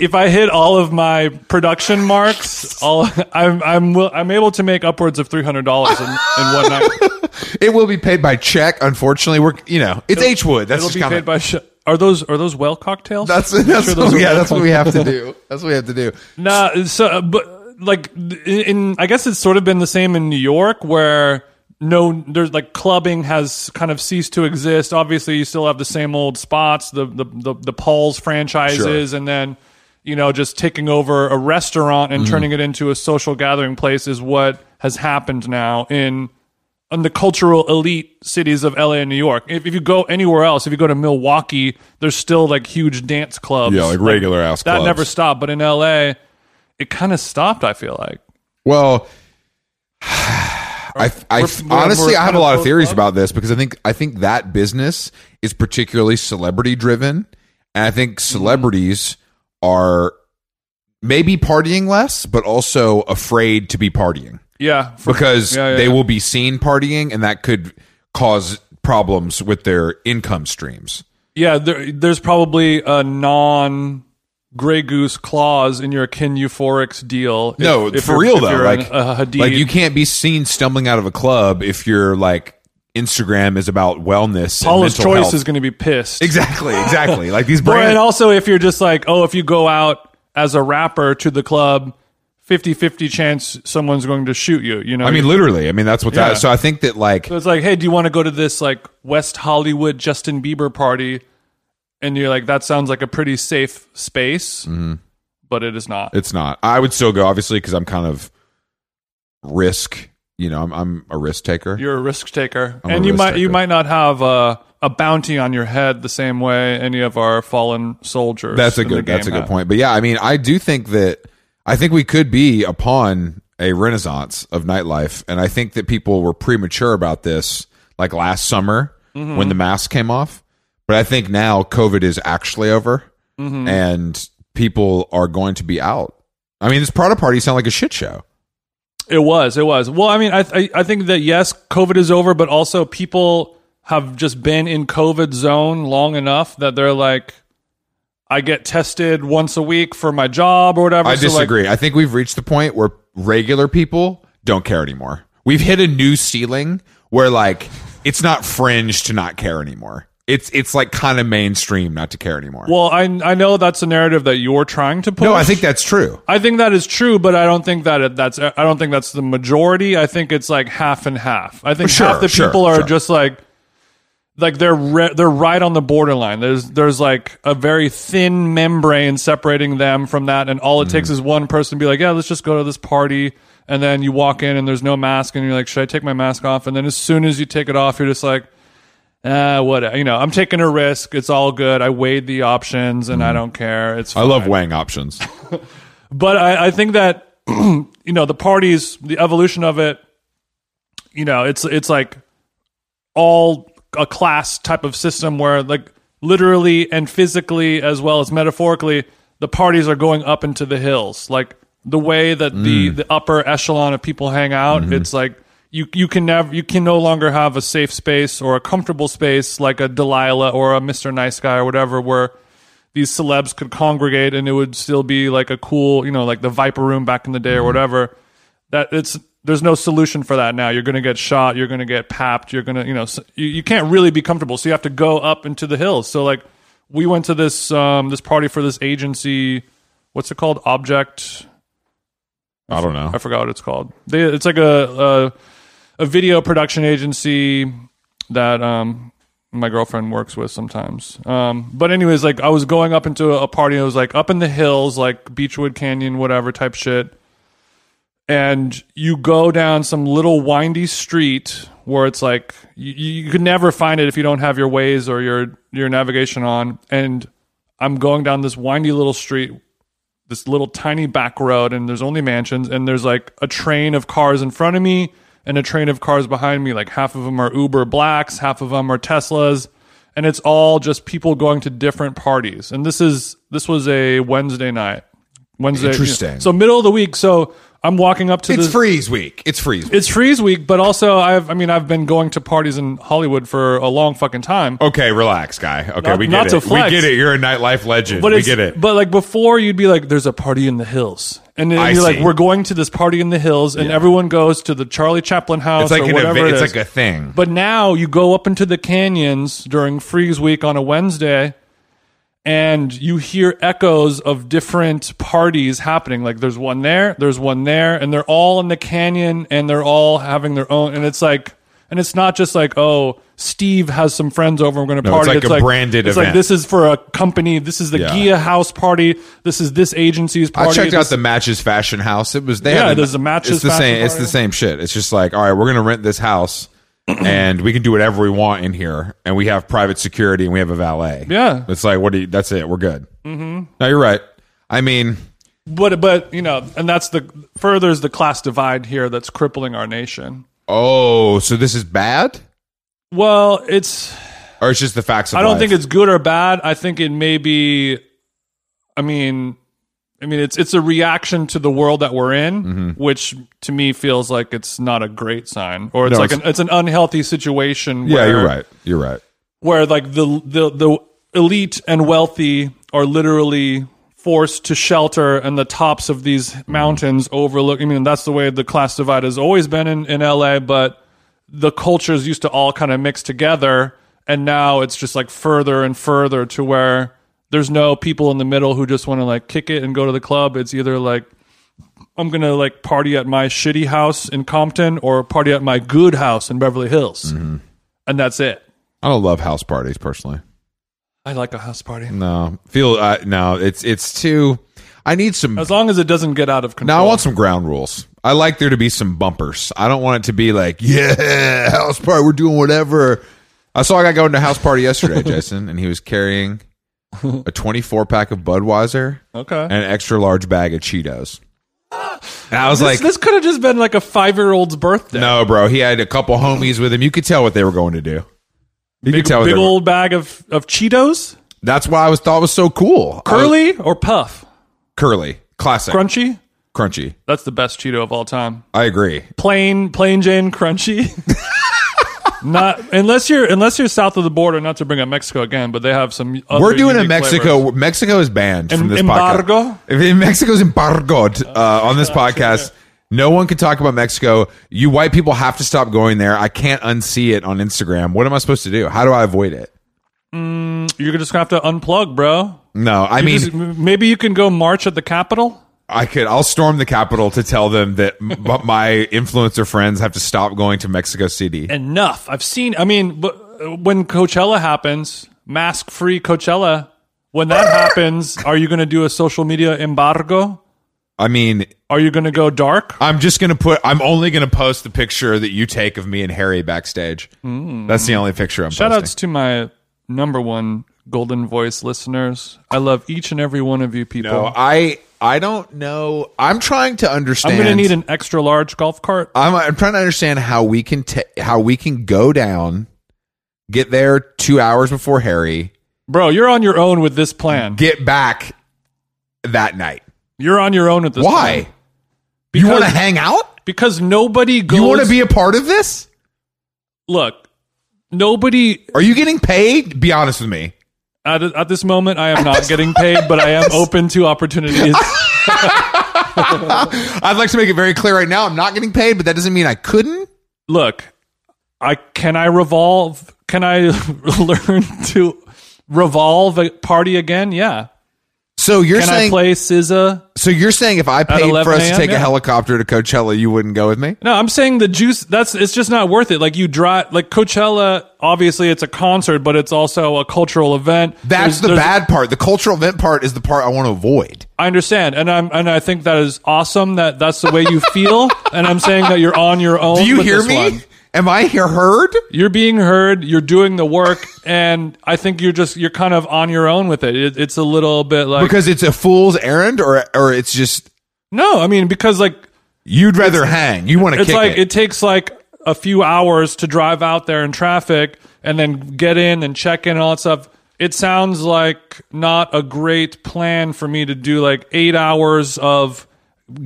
Speaker 1: if I hit all of my production marks, all I'm I'm will- I'm able to make upwards of three hundred dollars in, in one night.
Speaker 2: It will be paid by check. Unfortunately, we're you know it's H Wood. That's
Speaker 1: It'll
Speaker 2: just
Speaker 1: be
Speaker 2: kind
Speaker 1: paid
Speaker 2: of
Speaker 1: by. Sh- are those are those well cocktails?
Speaker 2: that's that's
Speaker 1: sure those are
Speaker 2: yeah
Speaker 1: well
Speaker 2: that's what we have to do. That's what we have to do.
Speaker 1: Nah, so uh, but like in I guess it's sort of been the same in New York where no there's like clubbing has kind of ceased to exist. Obviously, you still have the same old spots, the the the, the Paul's franchises, and then you know just taking over a restaurant
Speaker 2: Mm-hmm.
Speaker 1: and turning it into a social gathering place is what has happened now in. In the cultural elite cities of LA and New York. If, if you go anywhere else, if you go to Milwaukee, there's still like huge dance clubs.
Speaker 2: Yeah, like regular ass
Speaker 1: That
Speaker 2: clubs.
Speaker 1: never stopped. But in LA, it kind of stopped. I feel like
Speaker 2: Well, I, I
Speaker 1: We're- we're-
Speaker 2: honestly
Speaker 1: we're
Speaker 2: I have
Speaker 1: kind
Speaker 2: a
Speaker 1: of
Speaker 2: lot of
Speaker 1: both
Speaker 2: theories
Speaker 1: up.
Speaker 2: about this because I think I think that business is particularly celebrity driven, and I think
Speaker 1: Mm-hmm.
Speaker 2: celebrities are maybe partying less, but also afraid to be partying
Speaker 1: yeah, for-
Speaker 2: because
Speaker 1: Yeah, yeah,
Speaker 2: they
Speaker 1: yeah.
Speaker 2: will be seen partying, and that could cause problems with their income streams.
Speaker 1: yeah. There, there's probably a non Grey Goose clause in your Kin Euphorics deal. if-
Speaker 2: no,
Speaker 1: if
Speaker 2: for
Speaker 1: you're-
Speaker 2: real
Speaker 1: if
Speaker 2: though,
Speaker 1: you're
Speaker 2: like,
Speaker 1: an- a Hadid.
Speaker 2: like you can't be seen stumbling out of a club if your like Instagram is about wellness. and
Speaker 1: Paula's
Speaker 2: mental
Speaker 1: choice
Speaker 2: health.
Speaker 1: is going to be pissed.
Speaker 2: Exactly, exactly. like these
Speaker 1: Or-
Speaker 2: brands.
Speaker 1: and also, if you're just like, oh, if you go out as a rapper to the club, 50-50 chance someone's going to shoot you. You know,
Speaker 2: I mean, literally. I mean, that's what
Speaker 1: Yeah.
Speaker 2: that. So I think that like
Speaker 1: So it's like, hey, do you want to go to this like West Hollywood Justin Bieber party? And you're like, that sounds like a pretty safe space,
Speaker 2: Mm-hmm.
Speaker 1: but it is not.
Speaker 2: it's not. I would still go, obviously, because I'm kind of risk. You know, I'm I'm a risk taker.
Speaker 1: You're a risk taker,
Speaker 2: a
Speaker 1: and you
Speaker 2: risk
Speaker 1: might you
Speaker 2: taker.
Speaker 1: might not have a, a bounty on your head the same way any of our fallen soldiers.
Speaker 2: that's a
Speaker 1: in the
Speaker 2: good. That's a
Speaker 1: game
Speaker 2: good
Speaker 1: have.
Speaker 2: point. But yeah, I mean, I do think that I think we could be upon a renaissance of nightlife, and I think that people were premature about this, like last summer when the mask came off. But I think now COVID is actually over, and people are going to be out. I mean, this Prada party sound like a shit show.
Speaker 1: It was. It was. Well, I mean, I, I I think that yes, COVID is over, but also people have just been in COVID zone long enough that they're like, I get tested once a week for my job or whatever.
Speaker 2: I
Speaker 1: so, like,
Speaker 2: disagree. I think we've reached the point where regular people don't care anymore. We've hit a new ceiling where like it's not fringe to not care anymore. It's it's like kind of mainstream not to care anymore.
Speaker 1: Well, I I know that's a narrative that you're trying to push.
Speaker 2: no, I think that's true.
Speaker 1: I think that is true, but I don't think that it, that's I don't think that's the majority. I think it's like half and half. I think
Speaker 2: Sure,
Speaker 1: half the
Speaker 2: sure,
Speaker 1: people are
Speaker 2: sure.
Speaker 1: just like like they're re- they're right on the borderline. There's there's like a very thin membrane separating them from that, and
Speaker 2: Mm.
Speaker 1: all it takes is one person to be like, yeah, let's just go to this party. And then you walk in and there's no mask, and you're like, should I take my mask off? And then as soon as you take it off, you're just like, ah, what? You know, I'm taking a risk. It's all good. I weighed the options, and I don't care. It's
Speaker 2: Mm. I love weighing options.
Speaker 1: but I, I think that you know the parties, the evolution of it. You know, it's it's like all a class type of system where like literally and physically as well as metaphorically, the parties are going up into the hills. Like the way that the the upper echelon of people hang out, it's like. You, you can never you can no longer have a safe space or a comfortable space like a Delilah or a Mr. Nice Guy or whatever where these celebs could congregate and it would still be like a cool, you know, like the Viper Room back in the day or whatever. That it's there's no solution for that now. You're going to get shot. You're going to get papped. You're going to, you know, s you, you can't really be comfortable. So you have to go up into the hills. So like we went to this um this party for this agency. What's it called? Object.
Speaker 2: I don't know.
Speaker 1: I forgot what it's called. They, it's like a, a a video production agency that um my girlfriend works with sometimes. Um, but anyways, like I was going up into a party. and It was like up in the hills, like Beechwood Canyon, whatever type shit. And you go down some little windy street where it's like you, you could never find it if you don't have your ways or your your navigation on. And I'm going down this windy little street this little tiny back road and there's only mansions and there's like a train of cars in front of me and a train of cars behind me like half of them are uber blacks half of them are teslas and it's all just people going to different parties and this is this was a wednesday night Wednesday. you know.
Speaker 2: Interesting.
Speaker 1: So middle of the week. So I'm walking up to
Speaker 2: It's
Speaker 1: the
Speaker 2: freeze week. It's freeze week.
Speaker 1: it's freeze week, but also I've I mean I've been going to parties in Hollywood for a long fucking time.
Speaker 2: okay, relax, guy. Okay,
Speaker 1: Not-
Speaker 2: we get
Speaker 1: not
Speaker 2: it.
Speaker 1: to flex.
Speaker 2: We get it. You're a nightlife legend.
Speaker 1: But
Speaker 2: we
Speaker 1: it's,
Speaker 2: get it.
Speaker 1: But like before, you'd be like, "There's a party in the hills," and then
Speaker 2: I
Speaker 1: you're like,
Speaker 2: see.
Speaker 1: "We're going to this party in the hills," and everyone goes to the Charlie Chaplin house
Speaker 2: It's like
Speaker 1: or
Speaker 2: an
Speaker 1: whatever.
Speaker 2: event.
Speaker 1: it
Speaker 2: It's
Speaker 1: is.
Speaker 2: like a thing.
Speaker 1: But now you go up into the canyons during freeze week on a Wednesday and you hear echoes of different parties happening. Like there's one there, there's one there, and they're all in the canyon and they're all having their own and it's like and it's not just like, oh, Steve has some friends over. We're going to
Speaker 2: it's
Speaker 1: party.
Speaker 2: like a branded
Speaker 1: it's like
Speaker 2: event.
Speaker 1: this is for a company. This is the
Speaker 2: Yeah.
Speaker 1: Gia House party. This is this agency's party.
Speaker 2: I checked
Speaker 1: This-
Speaker 2: out the Matches Fashion House. It was they
Speaker 1: Yeah,
Speaker 2: had
Speaker 1: there's a Matches
Speaker 2: It's the
Speaker 1: Fashion
Speaker 2: same. It's
Speaker 1: Party.
Speaker 2: the same shit. It's just like all right, we're gonna rent this house, and we can do whatever we want in here, and we have private security, and we have a valet.
Speaker 1: Yeah.
Speaker 2: it's like what do you? That's it. We're good. Mm-hmm. No, you're right. I mean,
Speaker 1: but but you know, and that's the furthers the class divide here that's crippling our nation.
Speaker 2: oh, so this is bad,
Speaker 1: Well, it's.
Speaker 2: or it's just the facts of
Speaker 1: I don't
Speaker 2: life?
Speaker 1: think it's good or bad. I think it may be. I mean, I mean, it's it's a reaction to the world that we're in,
Speaker 2: Mm-hmm.
Speaker 1: which to me feels like it's not a great sign, or it's
Speaker 2: No,
Speaker 1: like
Speaker 2: it's-
Speaker 1: an it's an unhealthy situation.
Speaker 2: Yeah,
Speaker 1: where,
Speaker 2: you're right. You're right.
Speaker 1: Where like the the the elite and wealthy are literally forced to shelter and the tops of these mountains overlook. I mean, that's the way the class divide has always been in in LA, but the cultures used to all kind of mix together and now it's just like further and further to where there's no people in the middle who just want to like kick it and go to the club it's either like i'm gonna like party at my shitty house in compton or party at my good house in beverly hills and that's it
Speaker 2: I don't love house parties personally.
Speaker 1: i like a house party
Speaker 2: No, feel uh, no. It's it's too. I need some
Speaker 1: as long as it doesn't get out of control
Speaker 2: Now I want some ground rules. I like there to be some bumpers. I don't want it to be like, yeah, house party, we're doing whatever. I saw a guy going to a house party yesterday, Jason, and he was carrying a 24 pack of Budweiser
Speaker 1: okay
Speaker 2: and an extra large bag of Cheetos. And I was
Speaker 1: this,
Speaker 2: like,
Speaker 1: this could have just been like a five-year-old's birthday
Speaker 2: no, bro. He had a couple homies with him. You could tell what they were going to do. You could tell. What
Speaker 1: big
Speaker 2: they were-
Speaker 1: old bag of of cheetos
Speaker 2: That's why I was thought was so cool. I was-
Speaker 1: curly or puff
Speaker 2: curly, classic,
Speaker 1: crunchy
Speaker 2: crunchy.
Speaker 1: that's the best cheeto of all time
Speaker 2: I agree.
Speaker 1: plain plain Jane crunchy. not unless you're unless you're south of the border. Not to bring up Mexico again, but they have some. Other
Speaker 2: We're doing a
Speaker 1: unique
Speaker 2: Mexico.
Speaker 1: flavors.
Speaker 2: Mexico is banned
Speaker 1: Em-
Speaker 2: from this
Speaker 1: embargo?
Speaker 2: podcast. If it- Mexico's embargoed uh, on this podcast. No one can talk about Mexico. You white people have to stop going there. I can't unsee it on Instagram. What am I supposed to do? How do I avoid it?
Speaker 1: You're just gonna have to unplug, bro.
Speaker 2: No, I mean,
Speaker 1: Just- maybe you can go march at the Capitol.
Speaker 2: I could. I'll storm the Capitol to tell them that m- but my influencer friends have to stop going to Mexico City.
Speaker 1: Enough. I've seen. I mean, but uh, when Coachella happens, mask free Coachella. When that happens, are you gonna do a social media embargo?
Speaker 2: I mean,
Speaker 1: Are you gonna go dark?
Speaker 2: I'm just gonna put. I'm only gonna post the picture that you take of me and Harry backstage. That's the only picture I'm
Speaker 1: Hmm. Shout
Speaker 2: posting.
Speaker 1: outs to my number one golden voice listeners. I love each and every one of you people.
Speaker 2: No, I I don't know. I'm trying to understand.
Speaker 1: I'm going to need an extra large golf cart.
Speaker 2: I'm, I'm trying to understand how we can ta how we can go down, get there two hours before Harry,
Speaker 1: Bro, you're on your own with this plan.
Speaker 2: get back that night.
Speaker 1: You're on your own with this plan.
Speaker 2: Why? you want to hang out?
Speaker 1: Because nobody goes.
Speaker 2: You want to be a part of this?
Speaker 1: Look, nobody
Speaker 2: Are you getting paid? Be honest with me.
Speaker 1: at, at this moment, I am not getting paid, but I am open to opportunities.
Speaker 2: I'd like to make it very clear right now. I'm not getting paid, but that doesn't mean I couldn't.
Speaker 1: Look, I can I revolve? Can I learn to revolve a party again? Yeah.
Speaker 2: So you're
Speaker 1: Can I
Speaker 2: saying
Speaker 1: play SZA?
Speaker 2: so you're saying if I paid
Speaker 1: 11
Speaker 2: for us to
Speaker 1: a.m.,
Speaker 2: take
Speaker 1: yeah.
Speaker 2: a helicopter to Coachella, you wouldn't go with me?
Speaker 1: No, I'm saying the juice. That's it's just not worth it. Like you drive, like Coachella. Obviously, it's a concert, but it's also a cultural event. There's-
Speaker 2: That's the
Speaker 1: there's-
Speaker 2: bad part. The cultural event part is the part I want to avoid.
Speaker 1: I understand, and I'm and I think that is awesome. That that's the way you feel, and I'm saying that you're on your own.
Speaker 2: Do you
Speaker 1: with
Speaker 2: hear
Speaker 1: this
Speaker 2: me?
Speaker 1: one.
Speaker 2: Am I here heard?
Speaker 1: You're being heard. You're doing the work, and I think you're just you're kind of on your own with it. it it's a little bit like
Speaker 2: Because it's a fool's errand, or or it's just
Speaker 1: no, I mean because like
Speaker 2: you'd rather hang. You want to
Speaker 1: it's
Speaker 2: kick
Speaker 1: like
Speaker 2: it.
Speaker 1: it. takes like a few hours to drive out there in traffic and then get in and check in and all that stuff. it sounds like not a great plan for me to do like eight hours of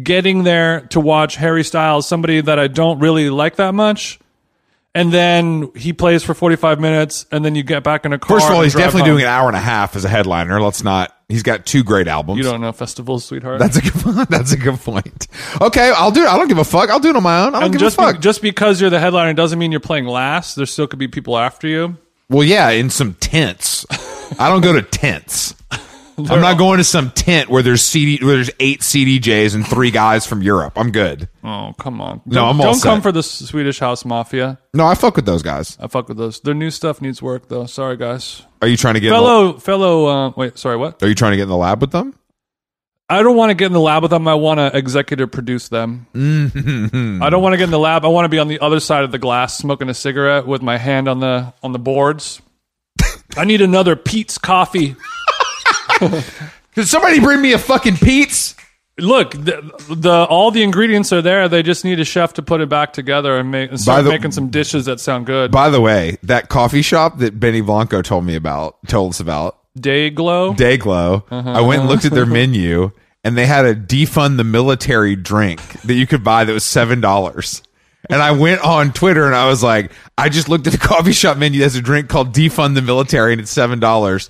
Speaker 1: getting there to watch Harry Styles, somebody that I don't really like that much. And then he plays for 45 minutes, and then you get back in a car.
Speaker 2: First of all,
Speaker 1: and
Speaker 2: he's
Speaker 1: drive
Speaker 2: definitely
Speaker 1: home.
Speaker 2: doing an hour and a half as a headliner. Let's not. He's got two great albums.
Speaker 1: You don't know festivals, sweetheart.
Speaker 2: that's a good. That's a good point. Okay, I'll do it. I don't give a fuck. I'll do it on my own. I don't
Speaker 1: and
Speaker 2: give
Speaker 1: just,
Speaker 2: a
Speaker 1: be-
Speaker 2: fuck.
Speaker 1: just because you're the headliner doesn't mean you're playing last. There still could be people after you.
Speaker 2: well, yeah, in some tents. I don't go to tents. I'm not going to some tent where there's CD, where there's eight CDJs and three guys from Europe. I'm good.
Speaker 1: Oh, come on.
Speaker 2: No, I'm
Speaker 1: Don't
Speaker 2: all
Speaker 1: don't come
Speaker 2: set.
Speaker 1: for the S- Swedish House Mafia.
Speaker 2: No, I fuck with those guys.
Speaker 1: I fuck with those. Their new stuff needs work, though. Sorry, guys.
Speaker 2: Are you trying to get? in the-
Speaker 1: Fellow, fellow. Uh, wait, sorry. What?
Speaker 2: are you trying to get in the lab with them?
Speaker 1: I don't want to get in the lab with them. I want to executive produce them.
Speaker 2: Mm-hmm.
Speaker 1: I don't want to get in the lab. I want to be on the other side of the glass, smoking a cigarette with my hand on the on the boards. I need another Pete's coffee.
Speaker 2: Could somebody bring me a fucking Pete's?
Speaker 1: Look, the, the all the ingredients are there. They just need a chef to put it back together and, make, and start
Speaker 2: the-
Speaker 1: making some dishes that sound good.
Speaker 2: By the way, that coffee shop that Benny Blanco told me about, told us about,
Speaker 1: Day glow.
Speaker 2: Dayglow. I went and looked at their menu, and they had a defund the military drink that you could buy that was seven dollars. And I went on Twitter and I was like, I just looked at the coffee shop menu. There's a drink called defund the military, and it's seven dollars.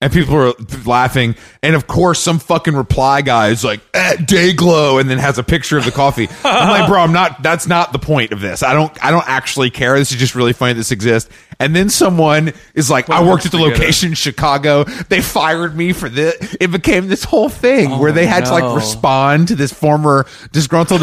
Speaker 2: And people were laughing. And of course, some fucking reply guy is like, eh, Dayglow, and then has a picture of the coffee. I'm like, bro, I'm not, that's not the point of this. I don't, I don't actually care. This is just really funny this exists. And then someone is like, I worked at the
Speaker 1: together.
Speaker 2: location in Chicago. They fired me for this. It became this whole thing where they had to
Speaker 1: Oh no.
Speaker 2: like respond to this former disgruntled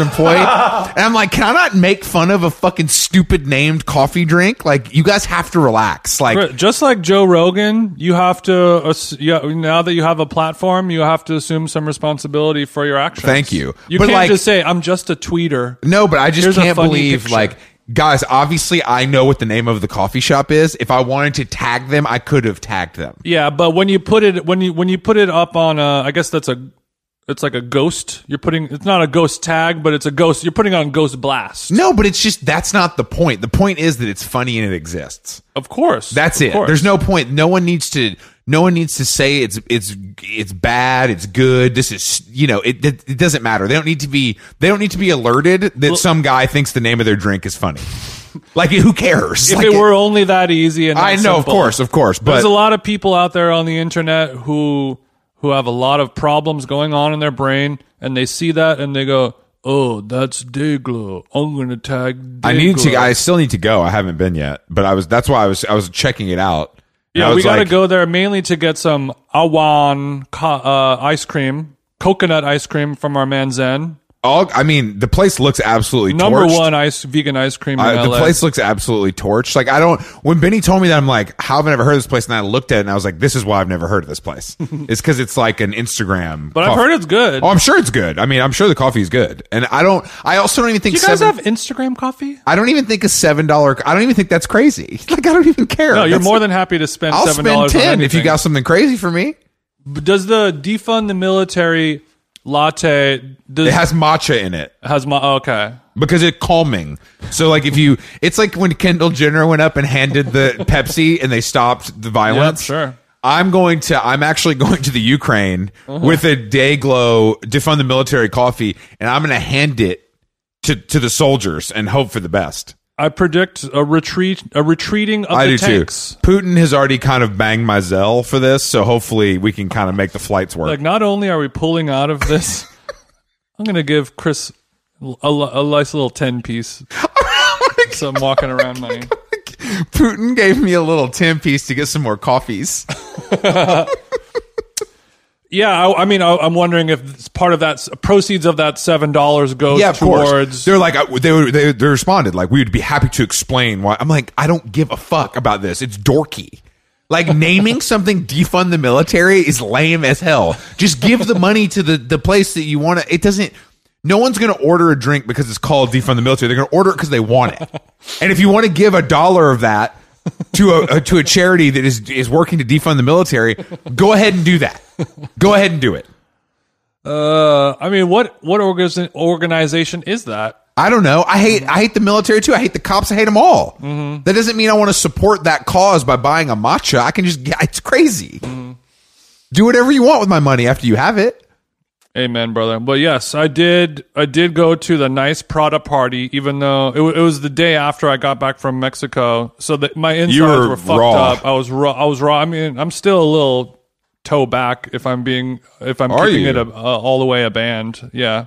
Speaker 2: employee. and I'm like, can I not make fun of a fucking stupid named coffee drink? Like, you guys have to relax. Like,
Speaker 1: Right, Just like Joe Rogan, you have to ass- you, now that you have a platform, you have to assume some responsibility for your actions.
Speaker 2: Thank you.
Speaker 1: You
Speaker 2: But
Speaker 1: can't
Speaker 2: like-
Speaker 1: just say I'm just a tweeter.
Speaker 2: no, but I
Speaker 1: Here's
Speaker 2: just
Speaker 1: a
Speaker 2: can't
Speaker 1: funny
Speaker 2: believe
Speaker 1: picture.
Speaker 2: like. Guys, obviously, I know what the name of the coffee shop is. If I wanted to tag them, I could have tagged them.
Speaker 1: Yeah, but when you put it when you when you put it up on a, I guess that's a it's like a ghost. You're putting it's not a ghost tag, but it's a ghost. You're putting on ghost blast.
Speaker 2: No, but it's just that's not the point. The point is that it's funny and it exists.
Speaker 1: Of course.
Speaker 2: That's
Speaker 1: Of
Speaker 2: it.
Speaker 1: course.
Speaker 2: There's no point. No one needs to. No one needs to say it's it's it's bad. It's good. This is you know it, it. It doesn't matter. They don't need to be. They don't need to be alerted that some guy thinks the name of their drink is funny. like who cares?
Speaker 1: if
Speaker 2: Like,
Speaker 1: it were only that easy and
Speaker 2: I
Speaker 1: that
Speaker 2: know, of
Speaker 1: simple.
Speaker 2: course, of course, but
Speaker 1: There's a lot of people out there on the internet who who have a lot of problems going on in their brain, and they see that and they go, "Oh, that's Dayglow. I'm gonna tag." Dayglow.
Speaker 2: I need to. I still need to go. I haven't been yet, but I was. That's why I was. I was checking it out. And I
Speaker 1: yeah,
Speaker 2: was
Speaker 1: we gotta
Speaker 2: like,
Speaker 1: go there mainly to get some awan ca- uh, ice cream, coconut ice cream from our man Zen.
Speaker 2: All, I mean, the place looks absolutely
Speaker 1: Number
Speaker 2: torched.
Speaker 1: one ice vegan ice cream in
Speaker 2: Uh, the
Speaker 1: LA.
Speaker 2: place looks absolutely torched. Like I don't. When Benny told me that, I'm like, how have I never heard of this place? And I looked at it and I was like, this is why I've never heard of this place. it's because it's like an Instagram.
Speaker 1: but I've heard it's good.
Speaker 2: Oh, I'm sure it's good. I mean, I'm sure the coffee is good. And I don't. I also don't even think
Speaker 1: you guys
Speaker 2: seven.
Speaker 1: have Instagram coffee?
Speaker 2: I don't even think a seven dollar. I don't even think that's crazy. Like I don't even care.
Speaker 1: No, Oh, you're
Speaker 2: That's-
Speaker 1: more than happy to spend
Speaker 2: I'll
Speaker 1: seven
Speaker 2: spend
Speaker 1: dollars.
Speaker 2: ten if you got something crazy for me.
Speaker 1: Does the defund the military latte? Does,
Speaker 2: It has matcha in it.
Speaker 1: Has my oh, okay.
Speaker 2: because it's calming. So like if you, it's like when Kendall Jenner went up and handed the Pepsi and they stopped the violence.
Speaker 1: Yep, sure.
Speaker 2: I'm going to. I'm actually going to the Ukraine
Speaker 1: Uh-huh.
Speaker 2: with a day glow defund the military coffee, and I'm going to hand it to to the soldiers and hope for the best.
Speaker 1: I predict a retreat, a retreating of
Speaker 2: I
Speaker 1: the
Speaker 2: do
Speaker 1: tanks.
Speaker 2: too. Putin has already kind of banged my Zell for this, so hopefully we can kind of make the flights work.
Speaker 1: Like, not only are we pulling out of this, I'm gonna give Chris a, a nice little ten piece.
Speaker 2: Oh
Speaker 1: Some walking around money.
Speaker 2: Putin gave me a little ten piece to get some more coffees.
Speaker 1: Yeah, I, I mean, I, I'm wondering if it's part of that s- proceeds of that seven dollars goes
Speaker 2: yeah, of course.
Speaker 1: towards.
Speaker 2: They're like I- they, were- they they responded like we would be happy to explain why. I'm like I don't give a fuck about this. It's dorky. Like naming something defund the military is lame as hell. Just give the money to the the place that you want to. It doesn't. No one's going to order a drink because it's called defund the military. They're going to order it because they want it. And if you want to give a dollar of that to a, a to a charity that is is working to defund the military, go ahead and do that. Go ahead and do it.
Speaker 1: Uh, I mean, what what organ- organization is that?
Speaker 2: I don't know. I hate I hate the military too. I hate the cops. I hate them all. That doesn't mean I want to support that cause by buying a matcha. I can just get it's crazy. Do whatever you want with my money after you have it.
Speaker 1: Amen, brother. But yes, I did. I did go to the nice Prada party, even though it, wa- it was the day after I got back from Mexico. So that my insides
Speaker 2: were
Speaker 1: were, fucked
Speaker 2: raw.
Speaker 1: up. I was raw. I was raw. I mean, I'm still a little toe back if I'm being if I'm
Speaker 2: Are
Speaker 1: keeping
Speaker 2: you?
Speaker 1: it a, uh, all the way a band. Yeah.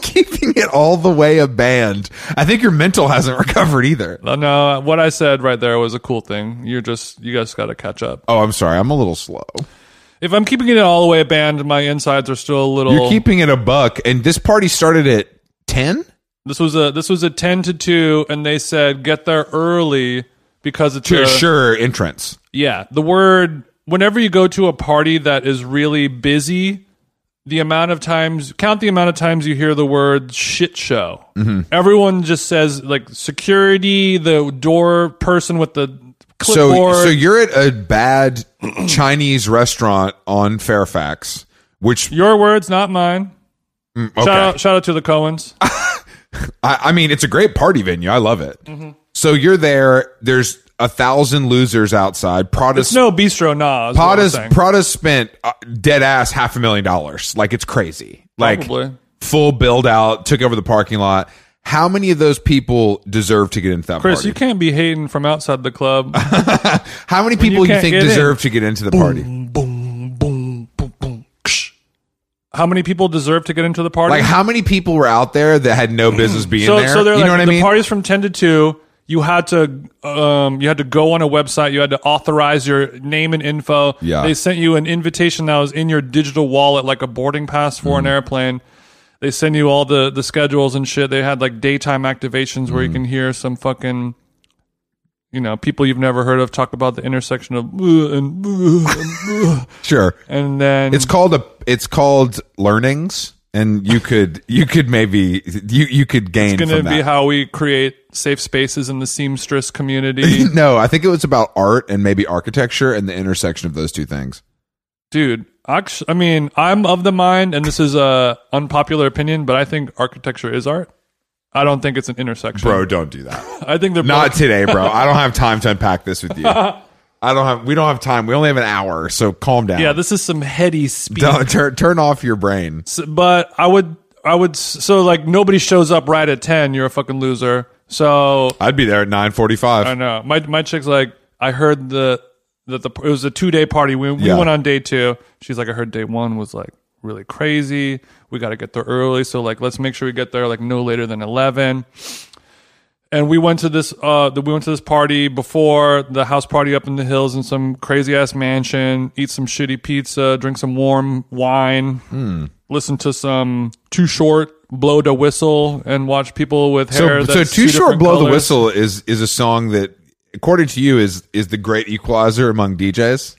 Speaker 2: Keeping it all the way a band. I think your mental hasn't recovered either.
Speaker 1: Uh, No, what I said right there was a cool thing. You're just you guys got to catch up.
Speaker 2: Oh, I'm sorry. I'm a little slow.
Speaker 1: If I'm keeping it all the way a band, my insides are still a little.
Speaker 2: You're keeping it a buck, and this party started at ten.
Speaker 1: This was a this was a ten to two, and they said get there early because it's a,
Speaker 2: sure, entrance.
Speaker 1: yeah. The word whenever you go to a party that is really busy, the amount of times count the amount of times you hear the word shit show.
Speaker 2: Mm-hmm.
Speaker 1: Everyone just says like security, the door person with the
Speaker 2: So,
Speaker 1: clipboard.
Speaker 2: so you're at a bad Chinese restaurant on Fairfax, which
Speaker 1: your words, not mine.
Speaker 2: Mm, okay.
Speaker 1: Shout out, shout out to the Cohens.
Speaker 2: I, I mean, it's a great party venue. I love it.
Speaker 1: Mm-hmm.
Speaker 2: So you're there. There's a thousand losers outside. Prada's
Speaker 1: no bistro, nah. is what I'm
Speaker 2: Prada's,
Speaker 1: saying.
Speaker 2: Prada's spent uh, dead ass half a million dollars. Like it's crazy. Like
Speaker 1: Probably.
Speaker 2: full build out. Took over the parking lot. How many of those people deserve to get into that
Speaker 1: Chris,
Speaker 2: party?
Speaker 1: you can't be hating from outside the club.
Speaker 2: How many people
Speaker 1: you
Speaker 2: you,
Speaker 1: can't
Speaker 2: think
Speaker 1: get in.
Speaker 2: deserve to get into the party?
Speaker 1: boom, boom, boom, boom. ksh. How many people deserve to get into the party?
Speaker 2: Like how many people were out there that had no business being
Speaker 1: so,
Speaker 2: there?
Speaker 1: so they're
Speaker 2: you
Speaker 1: like,
Speaker 2: know what I
Speaker 1: the
Speaker 2: mean?
Speaker 1: party's from ten to two. You had to, um, you had to go on a website. You had to authorize your name and info.
Speaker 2: Yeah.
Speaker 1: They sent you an invitation that was in your digital wallet, like a boarding pass for an
Speaker 2: Hmm.
Speaker 1: airplane. They send you all the the schedules and shit. They had like daytime activations where you
Speaker 2: Hmm.
Speaker 1: can hear some fucking. You know, people you've never heard of talk about the intersection of "Uh, and uh, and uh."
Speaker 2: sure.
Speaker 1: and then
Speaker 2: It's called a. It's called learnings, and you could you could maybe you you could gain
Speaker 1: going to
Speaker 2: from
Speaker 1: be
Speaker 2: that.
Speaker 1: how we create safe spaces in the seamstress community.
Speaker 2: no, I think it was about art and maybe architecture and the intersection of those two things.
Speaker 1: Dude, actu- I mean, I'm of the mind, and this is a unpopular opinion, but I think architecture is art. I don't think it's an intersection.
Speaker 2: Bro, don't do that.
Speaker 1: I think they're
Speaker 2: Not
Speaker 1: both-
Speaker 2: today, bro. I don't have time to unpack this with you. I don't have. We don't have time. We only have an hour, so calm down.
Speaker 1: yeah, this is some heady speech.
Speaker 2: Don't- turn turn off your brain.
Speaker 1: S- But I would, I would, s- so like nobody shows up right at ten. You're a fucking loser. So
Speaker 2: I'd be there at nine forty
Speaker 1: I
Speaker 2: five.
Speaker 1: know my my chick's like I heard the that the it was a two day party. We we
Speaker 2: Yeah.
Speaker 1: went on day two. She's like I heard day one was like really crazy. We got to get there early, so like let's make sure we get there like no later than eleven. And we went to this uh the, we went to this party before the house party up in the hills in some crazy ass mansion. Eat some shitty pizza, drink some warm wine,
Speaker 2: Hmm.
Speaker 1: listen to some too short. Blow the whistle and watch people with hair.
Speaker 2: So, so
Speaker 1: that's
Speaker 2: too
Speaker 1: two
Speaker 2: short.
Speaker 1: different
Speaker 2: Blow the
Speaker 1: colors.
Speaker 2: whistle is is a song that, according to you, is is the great equalizer among DJs.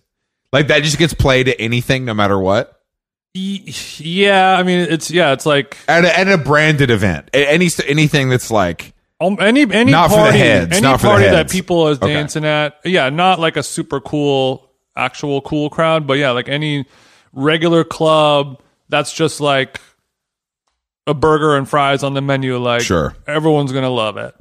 Speaker 2: Like that just gets played at anything, no matter what.
Speaker 1: Y- yeah i mean it's yeah it's like
Speaker 2: At a, at a branded event, A- any anything that's like
Speaker 1: um, any any
Speaker 2: Not for the
Speaker 1: party
Speaker 2: heads,
Speaker 1: any
Speaker 2: not for the
Speaker 1: party that
Speaker 2: heads.
Speaker 1: people is dancing at yeah not like a super cool actual cool crowd but yeah like any regular club that's just like a burger and fries on the menu like
Speaker 2: Sure. Mm-hmm.
Speaker 1: everyone's gonna love it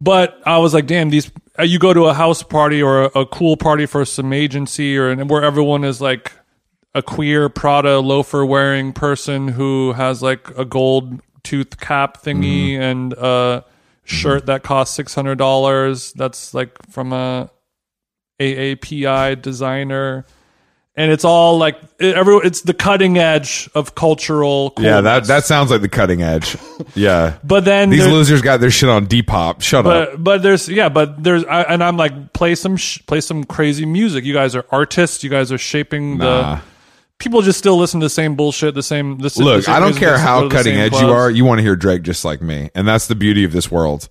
Speaker 1: but i was like damn these uh, you go to a house party or a, a cool party for some agency or and where everyone is like a queer Prada loafer wearing person who has like a gold tooth cap thingy
Speaker 2: Mm-hmm.
Speaker 1: and a shirt that costs six hundred dollars. That's like from a AAPI designer, and it's all like it, every. It's the cutting edge of cultural. Coolness.
Speaker 2: yeah, that that sounds like the cutting edge. Yeah,
Speaker 1: But then
Speaker 2: these
Speaker 1: there-
Speaker 2: losers got their shit on Depop. Shut up.
Speaker 1: but but there's yeah but there's I, and i'm like play some sh- play some crazy music you guys are artists you guys are shaping
Speaker 2: Nah.
Speaker 1: the people just still listen to the same bullshit the same this
Speaker 2: Look,
Speaker 1: this
Speaker 2: I don't
Speaker 1: music,
Speaker 2: care
Speaker 1: listen to
Speaker 2: how
Speaker 1: the
Speaker 2: cutting
Speaker 1: same
Speaker 2: edge you
Speaker 1: clubs.
Speaker 2: are. You want to hear Drake just like me, and that's the beauty of this world.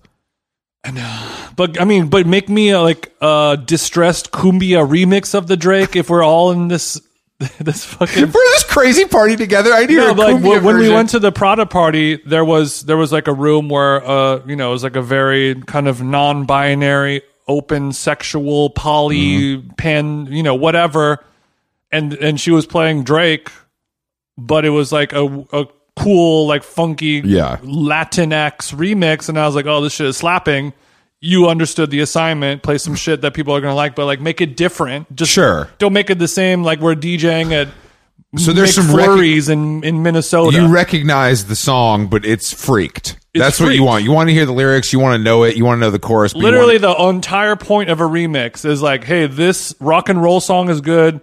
Speaker 1: but i mean but make me a, like a distressed cumbia remix of the drake if we're all in this this fucking
Speaker 2: For this crazy party together, I hear
Speaker 1: No,
Speaker 2: a
Speaker 1: but like
Speaker 2: cumbia
Speaker 1: when, when we
Speaker 2: version.
Speaker 1: went to the Prada party, there was there was like a room where uh you know it was like a very kind of non-binary, open, sexual, poly,
Speaker 2: Mm-hmm.
Speaker 1: pan, you know whatever, and and she was playing Drake, but it was like a a cool, like funky
Speaker 2: Yeah.
Speaker 1: Latinx remix, and I was like, oh, this shit is slapping. You understood the assignment. Play some shit that people are gonna like, but like make it different. Just
Speaker 2: Sure.
Speaker 1: Don't make it the same. Like we're DJing at
Speaker 2: So there's some rec-
Speaker 1: flurries in in Minnesota.
Speaker 2: You recognize the song, but it's freaked. That's what you
Speaker 1: freaked.
Speaker 2: want. You want to hear the lyrics. You want to know it. You want to know the chorus. but you
Speaker 1: Literally, the entire point of a remix is like, hey, this rock and roll song is good.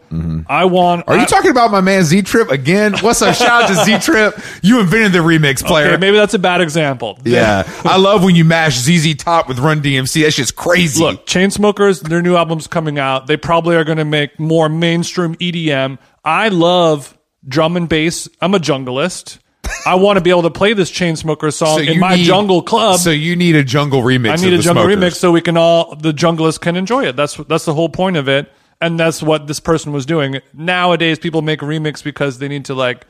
Speaker 1: I want.
Speaker 2: Mm-hmm. Are
Speaker 1: I-
Speaker 2: you talking about my man Z Trip again? What's up? Shout out to Z Trip. You invented the remix player.
Speaker 1: Okay, maybe that's a bad example.
Speaker 2: yeah. I love when you mash ZZ Top with Run DMC. That shit's crazy.
Speaker 1: Look, Chainsmokers, their new album's coming out. They probably are going to make more mainstream EDM. I love drum and bass. I'm a junglist. I want to be able to play this Chainsmokers song
Speaker 2: So
Speaker 1: in
Speaker 2: you
Speaker 1: my
Speaker 2: need-
Speaker 1: jungle club.
Speaker 2: So you need a jungle remix.
Speaker 1: I need
Speaker 2: of
Speaker 1: a
Speaker 2: the
Speaker 1: jungle
Speaker 2: Smokers.
Speaker 1: remix so we can all the junglists can enjoy it. That's that's the whole point of it, and that's what this person was doing. Nowadays, people make a remix because they need to like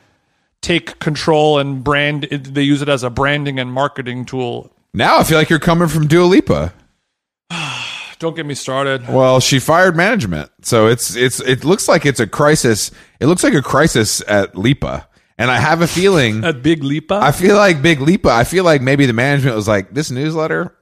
Speaker 1: take control and brand. It, they use it as a branding and marketing tool.
Speaker 2: Now I feel like you're coming from Dua Lipa.
Speaker 1: Don't get me started.
Speaker 2: Well, she fired management, so it's it's it looks like it's a crisis. It looks like a crisis at Lipa, and I have a feeling.
Speaker 1: That big Lipa.
Speaker 2: I feel like Big Lipa. I feel like maybe the management was like, "This newsletter,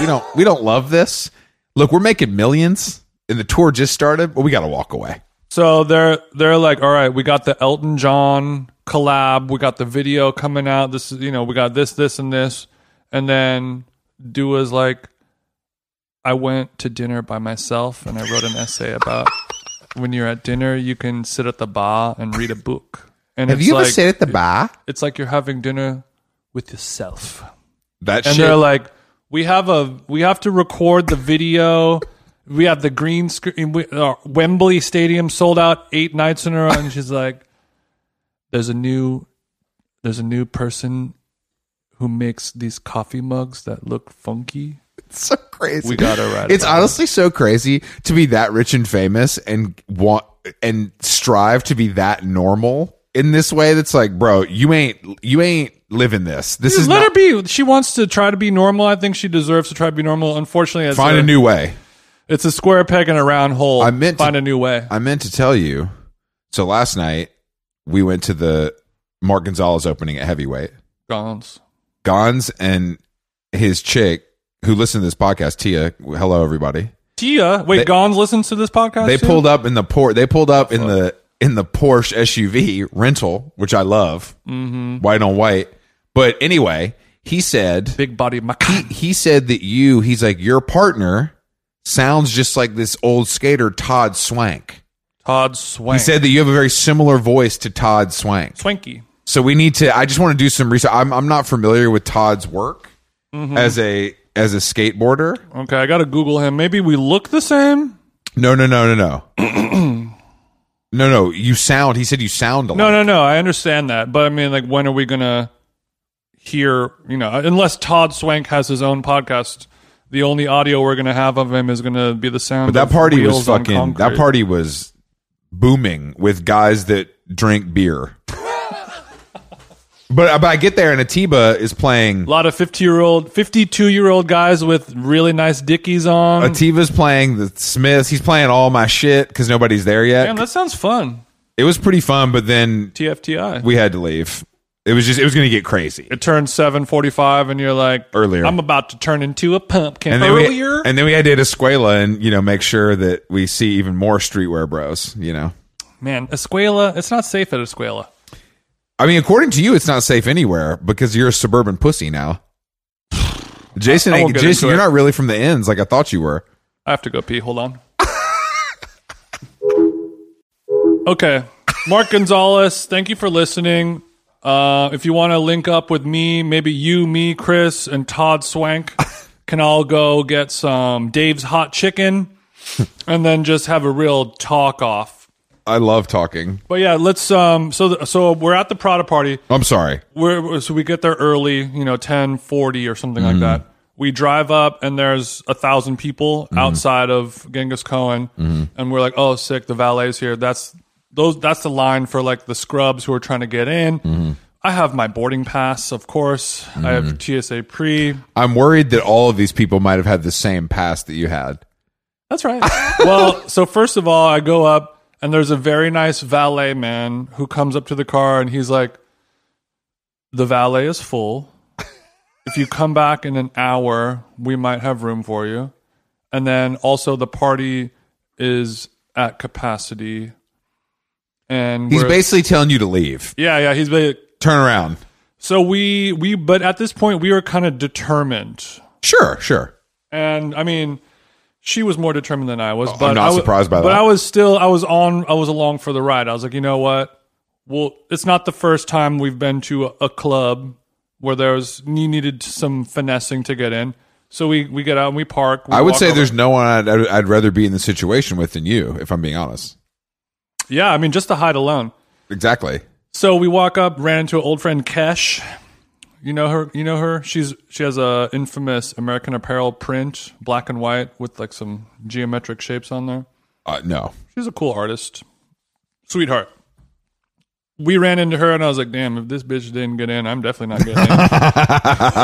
Speaker 2: we don't we don't love this. Look, we're making millions, and the tour just started, but we got to walk away."
Speaker 1: So they're they're like, all right, we got the Elton John collab, we got the video coming out. This is you know, we got this, this, and this, and then Dua's like, I went to dinner by myself and I wrote an essay about when you're at dinner, you can sit at the bar and read a book. And
Speaker 2: Have
Speaker 1: it's
Speaker 2: you ever
Speaker 1: like,
Speaker 2: sat at the bar?
Speaker 1: It's like you're having dinner with yourself
Speaker 2: That
Speaker 1: and
Speaker 2: shit.
Speaker 1: they're like, we have a we have to record the video. we have the green screen. We, uh, Wembley Stadium sold out eight nights in a row, and she's like, "There's a new, there's a new person who makes these coffee mugs that look funky."
Speaker 2: It's so crazy.
Speaker 1: We gotta write
Speaker 2: It's
Speaker 1: about
Speaker 2: honestly so crazy to be that rich and famous and want and strive to be that normal in this way. That's like, bro, you ain't you ain't living this. This is
Speaker 1: Let
Speaker 2: not,
Speaker 1: her be. She wants to try to be normal. I think she deserves to try to be normal. Unfortunately, it's
Speaker 2: find a new way.
Speaker 1: It's a square peg in a round hole.
Speaker 2: I meant to-
Speaker 1: find a new way.
Speaker 2: I meant to tell you. So last night we went to the Mark Gonzalez opening at heavyweight.
Speaker 1: Gons.
Speaker 2: Gons and his chick who listened to this podcast, Tia. Hello, everybody.
Speaker 1: Tia, wait,
Speaker 2: They-
Speaker 1: Gons listens to this podcast.
Speaker 2: They
Speaker 1: too?
Speaker 2: pulled up in the port. They pulled up in the in the Porsche SUV rental, which I love, mm-hmm. white on white. But anyway, he said
Speaker 1: big body macaque.
Speaker 2: he said that you. He's like your partner sounds just like this old skater Todd Swank.
Speaker 1: Todd Swank.
Speaker 2: He said that you have a very similar voice to Todd Swank.
Speaker 1: Swanky.
Speaker 2: So we need to. I just want to do some research. I'm I'm not familiar with Todd's work as a as a skateboarder.
Speaker 1: Okay, I gotta Google him. Maybe we look the same.
Speaker 2: No, no, no, no, no. no, no. You sound. He said you sound a lot.
Speaker 1: No, no, no. I understand that, but I mean, like, when are we gonna hear? You know, unless Todd Swank has his own podcast, the only audio we're gonna have of him is gonna be the sound.
Speaker 2: But that
Speaker 1: of
Speaker 2: party was
Speaker 1: wheels on
Speaker 2: fucking. That
Speaker 1: concrete.
Speaker 2: party was booming with guys that drink beer. but but I get there and Atiba is playing.
Speaker 1: A lot of fifty-year-old, fifty-two-year-old guys with really nice dickies on.
Speaker 2: Atiba's playing the Smiths. He's playing all my shit because nobody's there yet.
Speaker 1: Damn, that sounds fun.
Speaker 2: it was pretty fun, but then
Speaker 1: TFTI.
Speaker 2: we had to leave. It was just. It was going to get crazy.
Speaker 1: it turns seven forty-five, and you're like,
Speaker 2: Earlier.
Speaker 1: I'm about to turn into a pumpkin. Oh,
Speaker 2: And then
Speaker 1: Earlier,
Speaker 2: we and then we had to hit Escuela and you know make sure that we see even more streetwear bros. You know,
Speaker 1: man, Escuela. It's not safe at Escuela.
Speaker 2: I mean, according to you, it's not safe anywhere because you're a suburban pussy now. Jason,
Speaker 1: I won't
Speaker 2: ain't-
Speaker 1: get
Speaker 2: Jason,
Speaker 1: into
Speaker 2: you're
Speaker 1: it.
Speaker 2: not really from the ends like I thought you were.
Speaker 1: I have to go pee. Hold on. okay. Mark Gonzalez, thank you for listening. Uh, if you want to link up with me, maybe you, me, Chris, and Todd Swank can all go get some Dave's Hot Chicken and then just have a real talk off.
Speaker 2: I love talking.
Speaker 1: But yeah, let's. Um, so, th- so we're at the Prada party
Speaker 2: I'm sorry.
Speaker 1: we're, so we get there early, you know, ten forty or something like that. We drive up and there's a thousand people outside of Genghis Cohen, and we're like, "Oh, sick! The valet's here." That's those. That's the line for like the scrubs who are trying to get in. I have my boarding pass, of course. I have TSA pre.
Speaker 2: I'm worried that all of these people might have had the same past that you had.
Speaker 1: That's right. well, so first of all, I go up and there's a very nice valet man who comes up to the car and he's like, the valet is full. If you come back in an hour, we might have room for you. And then also the party is at capacity. And
Speaker 2: He's
Speaker 1: we're-
Speaker 2: basically telling you to leave.
Speaker 1: yeah, yeah, he's ba-
Speaker 2: Turn around.
Speaker 1: so we we but at this point we were kind of determined.
Speaker 2: Sure, sure.
Speaker 1: And I mean, she was more determined than I was, but
Speaker 2: Oh, not
Speaker 1: I wa-
Speaker 2: surprised by
Speaker 1: But
Speaker 2: that.
Speaker 1: I was still I was on I was along for the ride. I was like, "You know what? Well, it's not the first time we've been to a, a club where there was you needed some finessing to get in." So we we get out and we park. We
Speaker 2: I would
Speaker 1: walk
Speaker 2: say
Speaker 1: over-
Speaker 2: there's no one I'd, I'd I'd rather be in the situation with than you, if I'm being honest.
Speaker 1: Yeah, I mean just the hide alone.
Speaker 2: Exactly.
Speaker 1: So we walk up, ran into an old friend Kesh. You know her. You know her. She's she has a infamous American Apparel print, black and white, with like some geometric shapes on there.
Speaker 2: Uh, no.
Speaker 1: She's a cool artist, sweetheart. We ran into her, and I was like, "Damn! If this bitch didn't get in, I'm definitely not getting in."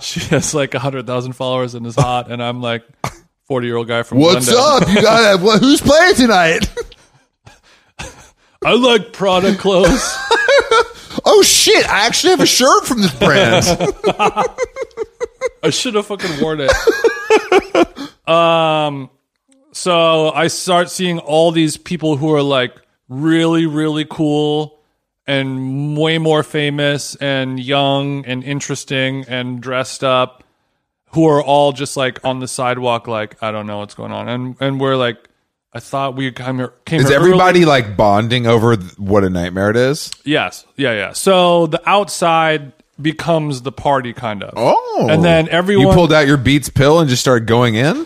Speaker 1: she has like hundred thousand followers and is hot, and I'm like forty year old guy from Glendale.
Speaker 2: You got what, who's playing tonight?
Speaker 1: I like Prada clothes.
Speaker 2: Oh shit! I actually have a shirt from this brand.
Speaker 1: I should have fucking worn it. um, so I start seeing all these people who are like really, really cool and way more famous and young and interesting and dressed up who are all just like on the sidewalk like I don't know what's going on and and we're like I thought we came here came
Speaker 2: Is
Speaker 1: here early.
Speaker 2: everybody like bonding over th- what a nightmare it is?
Speaker 1: Yes. Yeah, yeah. So the outside becomes the party kind of.
Speaker 2: Oh,
Speaker 1: And then
Speaker 2: you
Speaker 1: everyone
Speaker 2: pulled out your Beats pill and just started going in.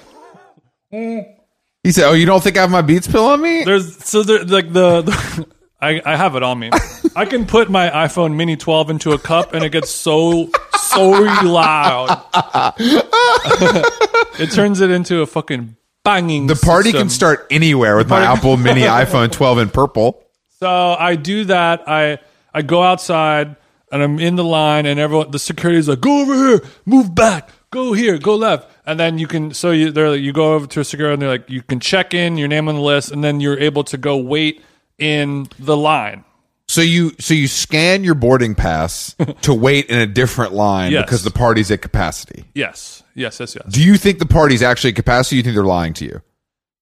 Speaker 2: He said, "Oh, you don't think I have my Beats pill on me?"
Speaker 1: There's so there like the, the I, I have it on me. I can put my iPhone Mini 12 into a cup and it gets so so loud. it turns it into a fucking banging.
Speaker 2: The party can start anywhere with my Apple Mini iPhone 12 in purple.
Speaker 1: So I do that. I I go outside and I'm in the line, and everyone the security's like, "Go over here, move back, go here, go left." And then you can so you they're like, you go over to a security and they're like, you can check in your name on the list, and then you're able to go wait in the line.
Speaker 2: So you so you scan your boarding pass to wait in a different line
Speaker 1: Yes.
Speaker 2: because the party's at capacity.
Speaker 1: Yes, yes, yes, yes.
Speaker 2: Do you think the party's actually at capacity? Or you think they're lying to you?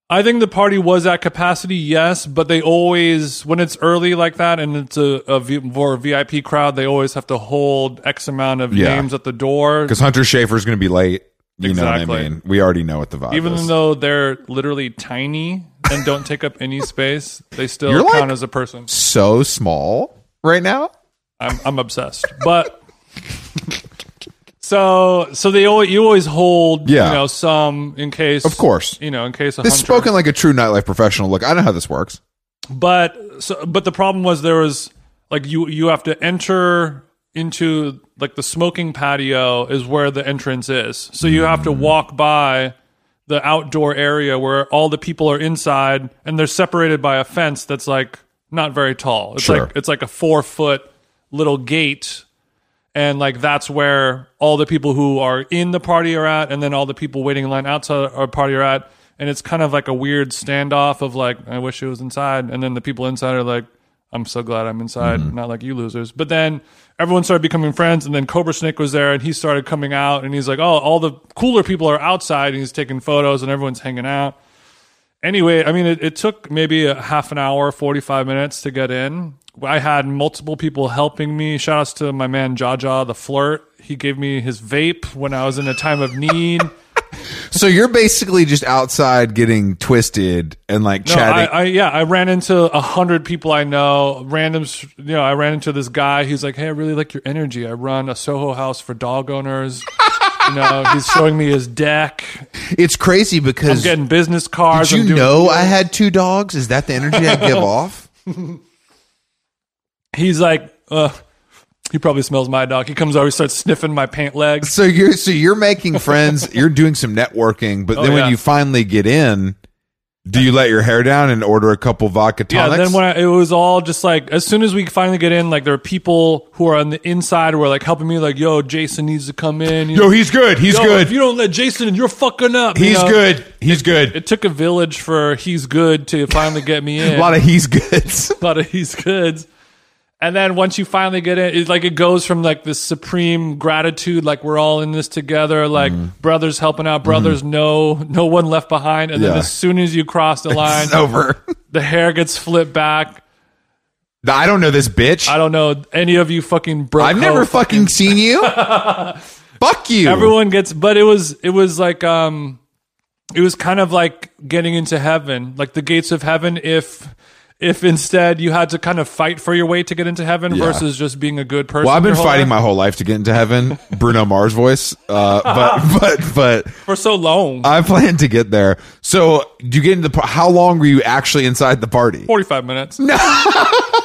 Speaker 1: I think the party was at capacity, yes, but they always, when it's early like that and it's a, a v, more VIP crowd, they always have to hold X amount of
Speaker 2: Yeah.
Speaker 1: names at the door.
Speaker 2: Because Hunter Schaefer's going to be late. You know what I
Speaker 1: Exactly.
Speaker 2: mean? We already know what the vibe
Speaker 1: Even
Speaker 2: is.
Speaker 1: though they're literally tiny and don't take up any space, they still
Speaker 2: You're
Speaker 1: count
Speaker 2: like-
Speaker 1: as a person.
Speaker 2: so small right now.
Speaker 1: I'm, I'm obsessed. But so so they always, you always hold
Speaker 2: Yeah.
Speaker 1: you know some in case
Speaker 2: Of course.
Speaker 1: you know in case a
Speaker 2: This is
Speaker 1: hunter-
Speaker 2: spoken like a true nightlife professional. Look, I know how this works.
Speaker 1: but so, but the problem was there was like you you have to enter into like the smoking patio is where the entrance is so you have to walk by the outdoor area where all the people are inside and they're separated by a fence that's like not very tall it's
Speaker 2: Sure.
Speaker 1: like it's like a four foot little gate and like that's where all the people who are in the party are at and then all the people waiting in line outside our party are at and it's kind of like a weird standoff of like i wish it was inside and then the people inside are like i'm so glad i'm inside not like you losers but then everyone started becoming friends and then cobra snake was there and he started coming out and he's like oh all the cooler people are outside and he's taking photos and everyone's hanging out anyway, I mean, it, it took maybe a half an hour, 45 minutes to get in. I had multiple people helping me. Shout outs to my man Jaja, the flirt. He gave me his vape when I was in a time of need.
Speaker 2: So you're basically just outside getting twisted and like
Speaker 1: No, I,
Speaker 2: chatting.
Speaker 1: I yeah, I ran into a hundred people I know. Random, s- you know, I ran into this guy. He's like, "Hey, I really like your energy. I run a Soho house for dog owners." you know, he's showing me his deck,
Speaker 2: it's crazy because
Speaker 1: getting business cards.
Speaker 2: Did
Speaker 1: I'm
Speaker 2: you
Speaker 1: doing-
Speaker 2: know I had two dogs? Is that the energy I give off?
Speaker 1: he's like, uh, he probably smells my dog. He comes over, he starts sniffing my pant legs.
Speaker 2: So you're so you're making friends, you're doing some networking, but then
Speaker 1: Oh, yeah.
Speaker 2: when you finally get in, do you let your hair down and order a couple vodka
Speaker 1: Yeah,
Speaker 2: tonics?
Speaker 1: then when I, it was all just like as soon as we finally get in, like there are people who are on the inside who are like helping me, like, yo, Jason needs to come in. You
Speaker 2: Yo,
Speaker 1: know,
Speaker 2: he's good. He's
Speaker 1: "Yo,
Speaker 2: good.
Speaker 1: If you don't let Jason in, you're fucking up. you
Speaker 2: he's
Speaker 1: know?
Speaker 2: good. He's good.
Speaker 1: It took a village for he's good to finally get me in.
Speaker 2: a lot of he's goods.
Speaker 1: a lot of he's goods. And then once you finally get it, it's like it goes from like this supreme gratitude, like we're all in this together, like
Speaker 2: Mm-hmm.
Speaker 1: brothers helping out brothers, no no one left behind. And then
Speaker 2: Yeah.
Speaker 1: as soon as you cross the line,
Speaker 2: It's over.
Speaker 1: the hair gets flipped back.
Speaker 2: I don't know this bitch.
Speaker 1: I don't know any of you fucking broke.
Speaker 2: I've never
Speaker 1: hoe.
Speaker 2: fucking seen you. Fuck you.
Speaker 1: everyone gets, but it was it was like um, it was kind of like getting into heaven, like the gates of heaven. If if instead you had to kind of fight for your way to get into heaven versus just being a good person.
Speaker 2: well, I've been
Speaker 1: your whole
Speaker 2: fighting
Speaker 1: life
Speaker 2: my whole life to get into heaven. Bruno Mars voice. Uh, but but but
Speaker 1: for so long,
Speaker 2: I plan to get there. So do you get into the? par- How long were you actually inside the party?
Speaker 1: forty five minutes. No.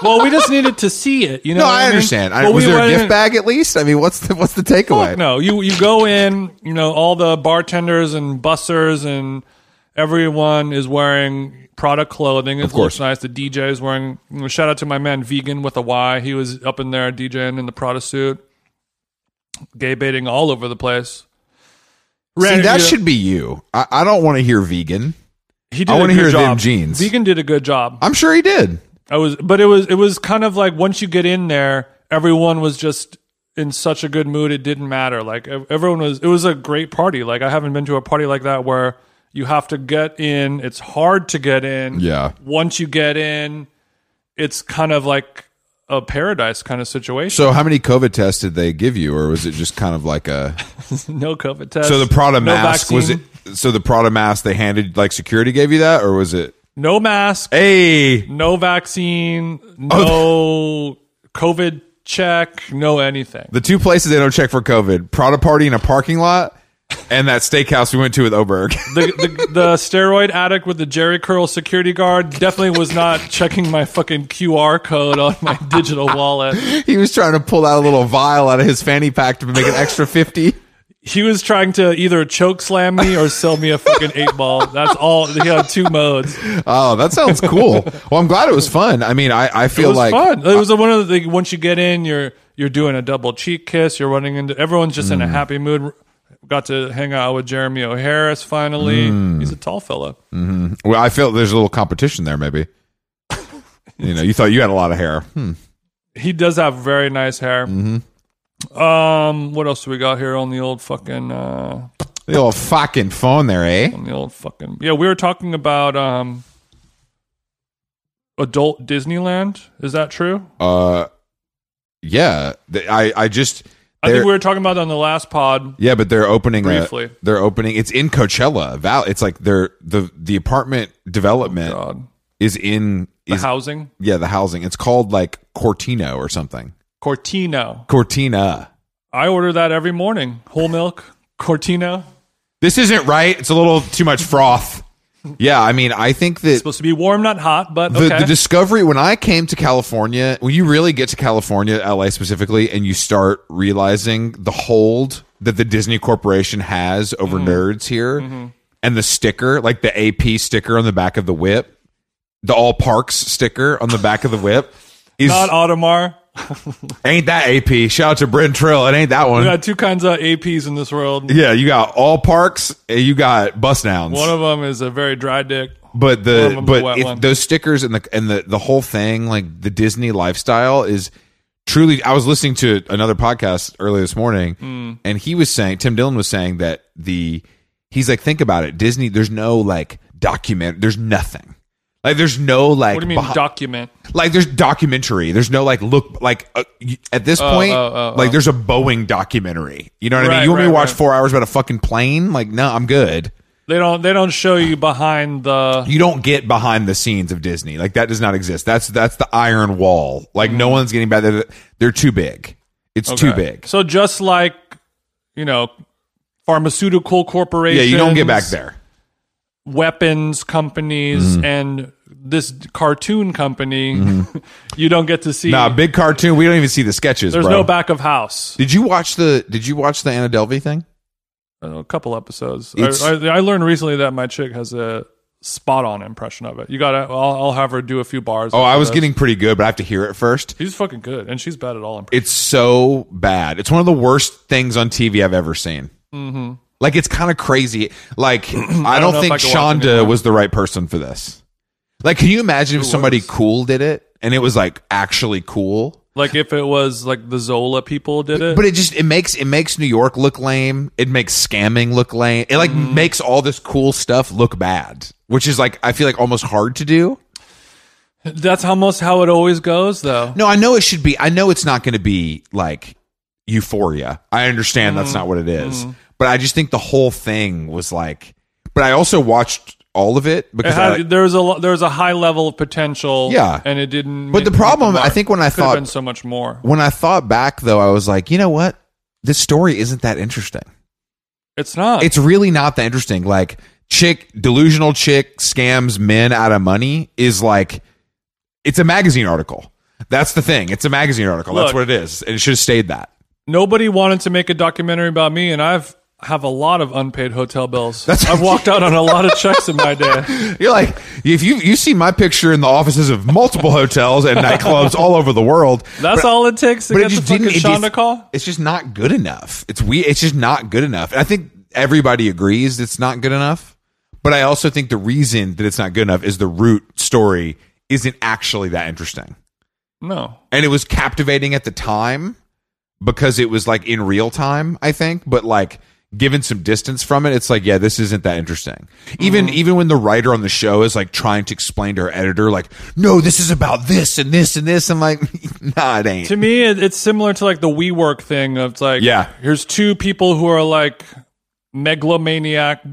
Speaker 1: well, we just needed to see it. You know,
Speaker 2: No,
Speaker 1: what
Speaker 2: I
Speaker 1: mean?
Speaker 2: understand. I,
Speaker 1: Well,
Speaker 2: was
Speaker 1: we
Speaker 2: there a
Speaker 1: went
Speaker 2: gift
Speaker 1: in-
Speaker 2: bag at least? I mean, what's the what's the takeaway?
Speaker 1: Fuck no. You you go in, you know, all the bartenders and bussers and everyone is wearing product clothing. It looks
Speaker 2: course.
Speaker 1: nice. The DJ is wearing you know, shout out to my man Vegan with a Y. He was up in there DJing in the Prada suit. Gay baiting all over the place.
Speaker 2: See,
Speaker 1: Ran-
Speaker 2: that
Speaker 1: you know,
Speaker 2: should be you. I, I don't want to hear vegan.
Speaker 1: he did
Speaker 2: I
Speaker 1: a
Speaker 2: wanna
Speaker 1: good
Speaker 2: hear them
Speaker 1: job.
Speaker 2: jeans.
Speaker 1: Vegan did a good job.
Speaker 2: I'm sure he did.
Speaker 1: I was, but it was it was kind of like once you get in there, everyone was just in such a good mood. It didn't matter. Like ev- everyone was, it was a great party. Like I haven't been to a party like that where you have to get in. It's hard to get in.
Speaker 2: Yeah.
Speaker 1: Once you get in, it's kind of like a paradise kind of situation.
Speaker 2: So how many COVID tests did they give you, or was it just kind of like a?
Speaker 1: no COVID test.
Speaker 2: So the Prada
Speaker 1: no
Speaker 2: mask was it?
Speaker 1: vaccine,
Speaker 2: So the Prada mask they handed like security gave you that, or was it?
Speaker 1: No mask.
Speaker 2: Hey,
Speaker 1: No vaccine. No COVID check. No anything.
Speaker 2: Oh. the two places they don't check for COVID: Prada party in a parking lot, and that steakhouse we went to with Oberg.
Speaker 1: the, the, the steroid addict with the Jerry curl security guard definitely was not checking my fucking QR code on my digital wallet.
Speaker 2: he was trying to pull out a little vial out of his fanny pack to make an extra fifty.
Speaker 1: He was trying to either choke slam me or sell me a fucking eight ball. That's all. He had two modes. It
Speaker 2: Oh, that sounds cool. well, I'm glad it was fun. I mean, I I feel
Speaker 1: was
Speaker 2: like
Speaker 1: fun. It was one of the once you get in, you're you're doing a double cheek kiss. You're running into everyone's just
Speaker 2: Mm.
Speaker 1: in a happy mood. Got to hang out with Jeremy O'Harris finally.
Speaker 2: Mm.
Speaker 1: He's a tall fella.
Speaker 2: Well, I feel there's a little competition there, maybe. you know, you thought you had a lot of hair. Hmm.
Speaker 1: he does have very nice hair.
Speaker 2: Mm-hmm.
Speaker 1: Um, what else do we got here on the old fucking uh,
Speaker 2: The little fucking phone there, eh?
Speaker 1: on the old fucking yeah? We were talking about um, adult Disneyland. Is that true?
Speaker 2: Uh, yeah. The- I I just
Speaker 1: I
Speaker 2: they're-
Speaker 1: think we were talking about it on the last pod.
Speaker 2: yeah, but they're opening a-
Speaker 1: Briefly.
Speaker 2: they're opening. It's in Coachella. Val. It's like they're the the apartment development
Speaker 1: Oh, God,
Speaker 2: is in
Speaker 1: uh, the
Speaker 2: is
Speaker 1: housing
Speaker 2: yeah the housing. It's called like Cortino or something.
Speaker 1: Cortino.
Speaker 2: Cortina.
Speaker 1: I order that every morning. Whole milk Cortino.
Speaker 2: This isn't right. It's a little too much froth. Yeah, I mean, I think that
Speaker 1: Supposed to be warm, not hot, but
Speaker 2: the,
Speaker 1: okay.
Speaker 2: the discovery when I came to California, when you really get to California, LA specifically, and you start realizing the hold that the Disney Corporation has over
Speaker 1: Mm-hmm.
Speaker 2: nerds here, and the sticker, like the AP sticker on the back of the whip, the all parks sticker on the back of the whip, is
Speaker 1: not Audemars.
Speaker 2: ain't that AP? Shout out to Brent Trill, it ain't that one.
Speaker 1: We got two kinds of APs in this world.
Speaker 2: yeah, you got all parks, and you got bus downs.
Speaker 1: One of them is a very dry dick. One
Speaker 2: but
Speaker 1: of
Speaker 2: the
Speaker 1: them's a
Speaker 2: but
Speaker 1: wet
Speaker 2: if
Speaker 1: one.
Speaker 2: those stickers and the and the the whole thing like the disney lifestyle is truly i was listening to another podcast earlier this morning
Speaker 1: Hmm.
Speaker 2: and he was saying tim dillon was saying that the he's like think about it disney there's no like document there's nothing like there's no like
Speaker 1: What do you mean
Speaker 2: behi-
Speaker 1: document?
Speaker 2: like there's documentary there's no like look like uh, y- at this point
Speaker 1: oh, oh,
Speaker 2: like there's a boeing documentary you know what i mean
Speaker 1: Right,
Speaker 2: you want me to
Speaker 1: right,
Speaker 2: watch
Speaker 1: right.
Speaker 2: four hours about a fucking plane like no i'm good
Speaker 1: They don't. They don't show you behind the.
Speaker 2: you don't get behind the scenes of Disney. Like that does not exist. That's that's the iron wall. Like no one's getting better. They're, they're too big. It's too big.
Speaker 1: So just like, you know, pharmaceutical
Speaker 2: Yeah,
Speaker 1: corporations.
Speaker 2: you don't get back there. Mm-hmm.
Speaker 1: Weapons companies and this cartoon company, you don't get to see.
Speaker 2: Nah, big cartoon. We don't even see the sketches.
Speaker 1: there's
Speaker 2: bro.
Speaker 1: no back of house.
Speaker 2: Did you watch the Did you watch the Anna Delvey thing?
Speaker 1: A couple episodes.
Speaker 2: It's-
Speaker 1: I, I, I learned recently that my chick has a spot on impression of it. You got to. I'll, I'll have her do a few bars.
Speaker 2: Oh, I was getting pretty good, but I have to hear it first.
Speaker 1: She's fucking good, and she's bad at all.
Speaker 2: It's so bad. It's one of the worst things on TV I've ever seen. Mm-hmm. Like it's kind of crazy. Like I don't,
Speaker 1: know if
Speaker 2: think
Speaker 1: I could watch it
Speaker 2: Shonda
Speaker 1: anymore.
Speaker 2: was the right person for this. Like, can you imagine if somebody cool did it and it was like actually cool?
Speaker 1: Like if it was like the Zola people did it.
Speaker 2: But it just it makes it makes New York look lame. It makes scamming look lame. It like
Speaker 1: Mm-hmm.
Speaker 2: makes all this cool stuff look bad, which is like I feel like almost hard to do.
Speaker 1: That's almost how it always goes, though.
Speaker 2: No, I know it should be. I know it's not going to be like euphoria. I understand that's
Speaker 1: Mm-hmm.
Speaker 2: not what it is. But I just think the whole thing was like. But I also watched all of it
Speaker 1: It
Speaker 2: because I,
Speaker 1: had, there was a lo- there was a high level of potential.
Speaker 2: Yeah.
Speaker 1: and it didn't.
Speaker 2: But the problem, I
Speaker 1: mark.
Speaker 2: think, when I
Speaker 1: could have
Speaker 2: thought-
Speaker 1: been so much more.
Speaker 2: when I thought back though, I was like, you know what? This story isn't that interesting.
Speaker 1: It's not.
Speaker 2: It's really not that interesting. Like chick delusional chick scams men out of money is like it's a magazine article. That's the thing. It's a magazine article. That's
Speaker 1: Look.
Speaker 2: what it is. And it should have stayed that.
Speaker 1: nobody wanted to make a documentary about me, and I've have a lot of unpaid hotel bills.
Speaker 2: That's-
Speaker 1: I've walked out on a lot of checks in my day.
Speaker 2: You're like, if you you see my picture in the offices of multiple hotels and nightclubs all over the world,
Speaker 1: That's all it takes to
Speaker 2: but
Speaker 1: get
Speaker 2: it
Speaker 1: the
Speaker 2: just
Speaker 1: fucking
Speaker 2: didn't. It
Speaker 1: Shonda
Speaker 2: just,
Speaker 1: call.
Speaker 2: It's just not good enough. It's we. It's just not good enough. And I think everybody agrees it's not good enough. But I also think the reason that it's not good enough is the root story isn't actually that interesting,
Speaker 1: No,
Speaker 2: and it was captivating at the time because it was like in real time. I think, but like given some distance from it it's like yeah this isn't that interesting even
Speaker 1: Mm-hmm.
Speaker 2: even when the writer on the show is like trying to explain to her editor like no this is about this and this and this i'm like nah it ain't
Speaker 1: to me, it, it's similar to like the WeWork thing. Of it's like,
Speaker 2: Yeah.
Speaker 1: here's two people who are like megalomaniac,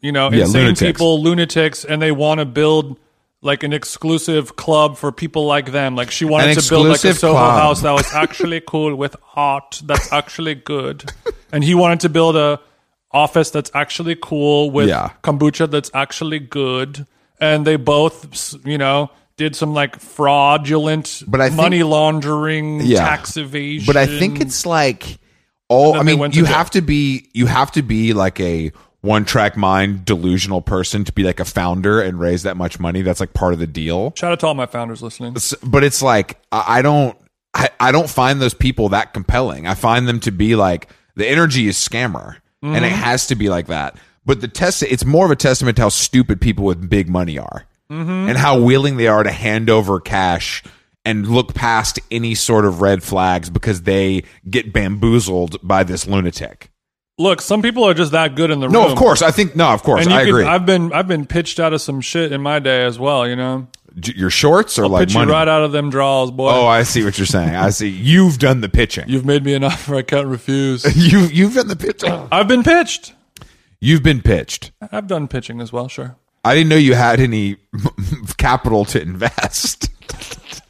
Speaker 1: you know,
Speaker 2: Yeah,
Speaker 1: insane
Speaker 2: lunatics.
Speaker 1: people, lunatics, and they want to build like an exclusive club for people like them. Like she wanted
Speaker 2: An
Speaker 1: to build like a
Speaker 2: exclusive
Speaker 1: Soho
Speaker 2: club.
Speaker 1: house that was actually cool with art that's actually good, and he wanted to build a office that's actually cool with
Speaker 2: Yeah.
Speaker 1: kombucha that's actually good, and they both, you know. Did some like fraudulent
Speaker 2: But I think-
Speaker 1: money laundering
Speaker 2: Yeah.
Speaker 1: tax evasion.
Speaker 2: But I think it's like all. I
Speaker 1: then they
Speaker 2: mean,
Speaker 1: went to
Speaker 2: you
Speaker 1: jail.
Speaker 2: have to be you have to be like a one track mind, delusional person to be like a founder and raise that much money. That's like part of the deal.
Speaker 1: shout out to all my founders listening.
Speaker 2: S- But it's like I, I don't I, I don't find those people that compelling. I find them to be like the energy is scammer, and
Speaker 1: Mm-hmm.
Speaker 2: it has to be like that. But the test it's more of a testament to how stupid people with big money are.
Speaker 1: Mm-hmm.
Speaker 2: And how willing they are to hand over cash and look past any sort of red flags because they get bamboozled by this lunatic.
Speaker 1: Look, some people are just that good in the
Speaker 2: No,
Speaker 1: room.
Speaker 2: of course. I think no, of course.
Speaker 1: And you
Speaker 2: I
Speaker 1: could-
Speaker 2: agree.
Speaker 1: I've been I've been pitched out of some shit in my day as well. You know,
Speaker 2: J- Your shorts or like
Speaker 1: pitch
Speaker 2: money.
Speaker 1: you right out of them draws, boy.
Speaker 2: oh, I see what you're saying. I see. You've done the pitching.
Speaker 1: You've made me an offer I can't refuse.
Speaker 2: You you've done the pitching.
Speaker 1: I've been pitched.
Speaker 2: You've been pitched.
Speaker 1: I've done pitching as well. Sure.
Speaker 2: I didn't know you had any capital to invest.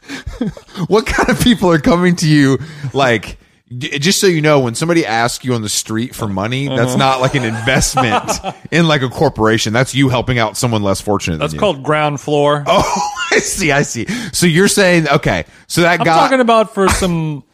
Speaker 2: what kind of people are coming to you? Like, j- just so you know, when somebody asks you on the street for money,
Speaker 1: Uh-huh.
Speaker 2: that's not like an investment in like a corporation. That's you helping out someone less fortunate.
Speaker 1: That's
Speaker 2: than you.
Speaker 1: called ground floor.
Speaker 2: Oh, I see. I see. So you're saying okay. So that
Speaker 1: I'm
Speaker 2: guy.
Speaker 1: talking about for some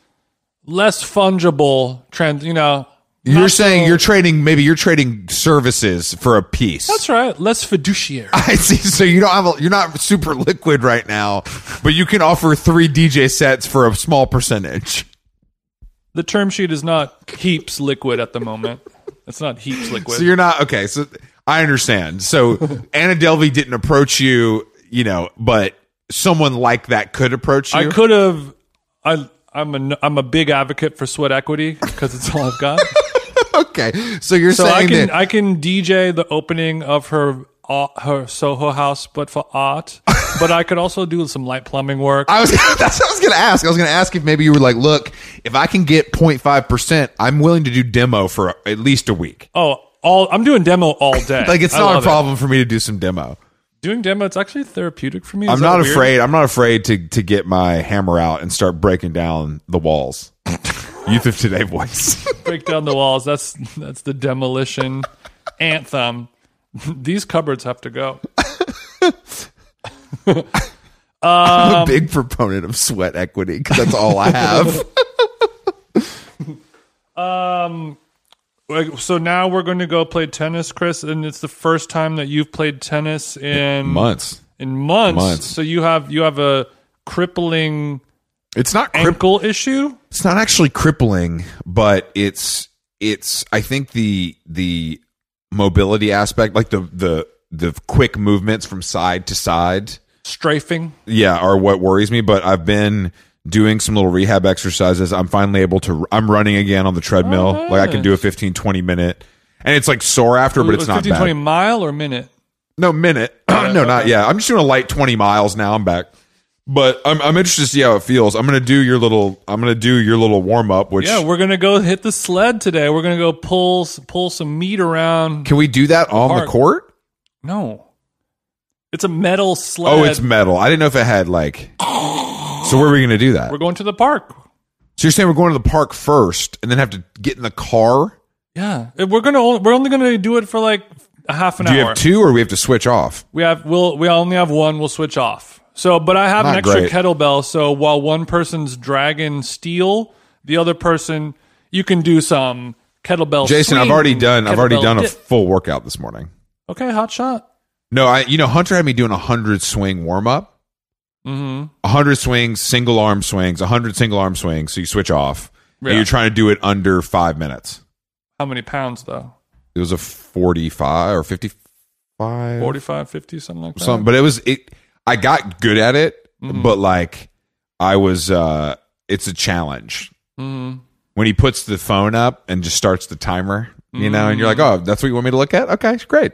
Speaker 1: less fungible trans. You know,
Speaker 2: you're saying you're trading. Maybe you're trading services for a piece.
Speaker 1: that's right. Less fiduciary.
Speaker 2: I see. So you don't have a, you're not super liquid right now, but you can offer three DJ sets for a small percentage.
Speaker 1: The term sheet is not heaps liquid at the moment. It's not heaps liquid.
Speaker 2: So you're not okay. So I understand. So Anna Delvey didn't approach you, you know, but someone like that could approach you.
Speaker 1: I could have. I I'm a I'm a big advocate for sweat equity because it's all I've got.
Speaker 2: Okay. So you're
Speaker 1: so
Speaker 2: saying
Speaker 1: I can
Speaker 2: that
Speaker 1: I can DJ the opening of her uh, her Soho house, but for art. but I could also do some light plumbing work.
Speaker 2: I was that's what I was gonna ask. I was gonna ask if maybe you were like, look, if I can get 05 percent, I'm willing to do demo for at least a week.
Speaker 1: oh, all I'm doing demo all day.
Speaker 2: Like it's
Speaker 1: I
Speaker 2: not a
Speaker 1: love it.
Speaker 2: problem for me to do some demo.
Speaker 1: Doing demo, it's actually therapeutic for me. Is
Speaker 2: I'm
Speaker 1: that
Speaker 2: not
Speaker 1: weird?
Speaker 2: afraid. I'm not afraid to to get my hammer out and start breaking down the walls. Youth of today voice.
Speaker 1: Break down the walls. That's that's the demolition anthem. These cupboards have to go.
Speaker 2: I'm a big proponent of sweat equity because that's all I have.
Speaker 1: Like, So now we're going to go play tennis, Chris, and it's the first time that you've played tennis in
Speaker 2: Months.
Speaker 1: in months.
Speaker 2: Months.
Speaker 1: So you have you have a crippling
Speaker 2: It's not cri-
Speaker 1: ankle issue.
Speaker 2: it's not actually crippling, but it's it's I think the the mobility aspect, like the the the quick movements from side to side,
Speaker 1: Strafing.
Speaker 2: yeah, are what worries me. But I've been doing some little rehab exercises. I'm finally able to, I'm running again on the treadmill. Like I can do a
Speaker 1: Mm-hmm.
Speaker 2: 15, 20 minute. And it's like sore after, but
Speaker 1: It
Speaker 2: it's
Speaker 1: was
Speaker 2: not
Speaker 1: 15,
Speaker 2: bad.
Speaker 1: 20 mile or minute?
Speaker 2: No minute. no, not yeah. I'm just doing a light 20 miles now. I'm back, but I'm I'm interested to see how it feels. I'm gonna do your little. I'm gonna do your little warm up. Which
Speaker 1: Yeah, we're gonna go hit the sled today. We're gonna go pull s- pull some meat around.
Speaker 2: can we do that on
Speaker 1: Park.
Speaker 2: the court?
Speaker 1: No, it's a metal sled.
Speaker 2: Oh, it's metal. I didn't know if it had like. So where are we gonna do that?
Speaker 1: we're going to the park.
Speaker 2: So you're saying we're going to the park first, and then have to get in the car?
Speaker 1: Yeah, If we're gonna on- we're only gonna do it for like a half an
Speaker 2: Do you
Speaker 1: hour.
Speaker 2: have two, or we have to switch off?
Speaker 1: we have we'll we only have one. We'll switch off. So, but I have an
Speaker 2: Not
Speaker 1: extra
Speaker 2: great.
Speaker 1: kettlebell. So while one person's dragging steel, the other person you can do some kettlebell.
Speaker 2: Jason, I've
Speaker 1: swing,
Speaker 2: already done. I've already
Speaker 1: kettlebell
Speaker 2: done a
Speaker 1: dip.
Speaker 2: full workout this morning.
Speaker 1: okay, hot shot.
Speaker 2: No, I. You know, Hunter had me doing a hundred swing warm up.
Speaker 1: hmm
Speaker 2: 100 swings, single arm swings, 100 single arm swings. So you switch off.
Speaker 1: Yeah.
Speaker 2: And you're trying to do it under five minutes.
Speaker 1: How many pounds though?
Speaker 2: It was a 45 or 55.
Speaker 1: 45, 50, something like that.
Speaker 2: something. But it was, it. I got good at it,
Speaker 1: Mm-hmm.
Speaker 2: but like I was, uh it's a challenge.
Speaker 1: Mhm.
Speaker 2: When he puts the phone up and just starts the timer, you know, and you're
Speaker 1: Mm-hmm.
Speaker 2: like, oh, that's what you want me to look at? Okay, great.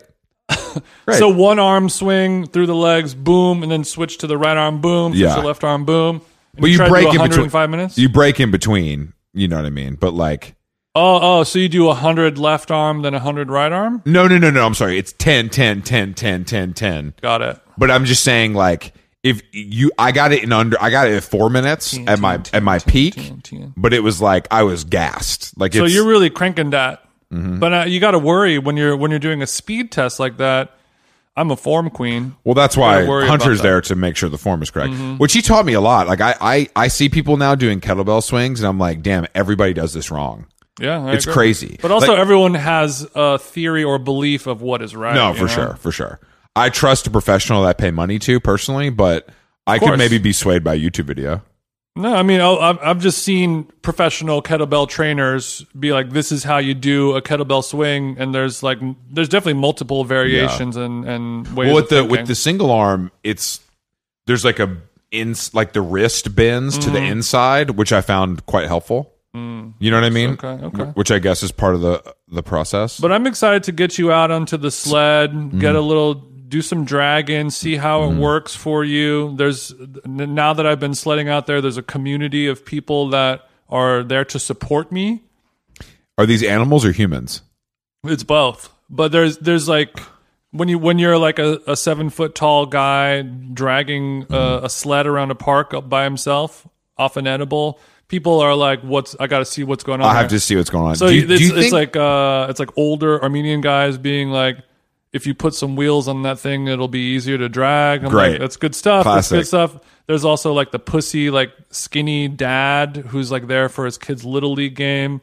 Speaker 2: Right.
Speaker 1: So one arm swing through the legs, boom, and then switch to the right arm, boom, switch
Speaker 2: Yeah.
Speaker 1: to the left arm, boom. And
Speaker 2: But you
Speaker 1: try to do
Speaker 2: break in
Speaker 1: 100
Speaker 2: between-
Speaker 1: in five minutes.
Speaker 2: You break in between, you know what I mean? But like,
Speaker 1: oh, oh, so you do hundred left arm, then hundred right arm.
Speaker 2: no, no, no, no, I'm sorry. It's 10, 10, 10, 10, 10, 10.
Speaker 1: Got it.
Speaker 2: But I'm just saying, like, if you, I got it in under, I got it at four minutes at my at my peak, but it was like I was gassed. Like,
Speaker 1: So
Speaker 2: it's, Mm-hmm.
Speaker 1: you're really cranking that. But uh, you got to worry when you're when you're doing a speed test like that. I'm a form queen.
Speaker 2: well, that's why
Speaker 1: gotta worry
Speaker 2: Hunter's
Speaker 1: about that.
Speaker 2: there to make sure the form is correct,
Speaker 1: Mm-hmm.
Speaker 2: which he taught me a lot. Like, I, I I see people now doing kettlebell swings, and I'm like, damn, everybody does this wrong.
Speaker 1: Yeah, I
Speaker 2: It's
Speaker 1: agree.
Speaker 2: crazy.
Speaker 1: But also,
Speaker 2: Like-
Speaker 1: everyone has a theory or belief of what is right.
Speaker 2: no,
Speaker 1: you
Speaker 2: for
Speaker 1: know?
Speaker 2: sure, for sure. I trust a professional that I pay money to personally, but I could
Speaker 1: course.
Speaker 2: maybe be swayed by a YouTube video.
Speaker 1: No, I mean, I'll- I've I've just seen professional kettlebell trainers be like, "This is how you do a kettlebell swing," and there's like, m- there's definitely multiple variations and and ways.
Speaker 2: Well, with
Speaker 1: of
Speaker 2: the
Speaker 1: thinking.
Speaker 2: with the single arm, it's there's like a in like the wrist bends to the
Speaker 1: Mm.
Speaker 2: inside, which I found quite helpful. You know what I mean?
Speaker 1: okay, okay.
Speaker 2: Wh- Which I guess is part of the the process.
Speaker 1: But I'm excited to get you out onto the sled, get a
Speaker 2: Mm.
Speaker 1: little, do some dragging, see how
Speaker 2: Mm-hmm.
Speaker 1: it works for you. There's n- now that I've been sledding out there, there's a community of people that are there to support me.
Speaker 2: Are these animals or humans?
Speaker 1: It's both, but there's there's like when you when you're like a, a seven foot tall guy dragging uh,
Speaker 2: Mm-hmm.
Speaker 1: a sled around a park up by himself off an edible, people are like, "What's I got to see what's going on."
Speaker 2: I have
Speaker 1: here."
Speaker 2: to see what's going on.
Speaker 1: So
Speaker 2: do you,
Speaker 1: it's,
Speaker 2: do you
Speaker 1: it's
Speaker 2: think
Speaker 1: like uh, it's like older Armenian guys being like, if you put some wheels on that thing, it'll be easier to drag. I'm
Speaker 2: Great.
Speaker 1: like, that's good stuff.
Speaker 2: Classic.
Speaker 1: That's good stuff. There's also like the pussy, like skinny dad who's like there for his kid's little league game.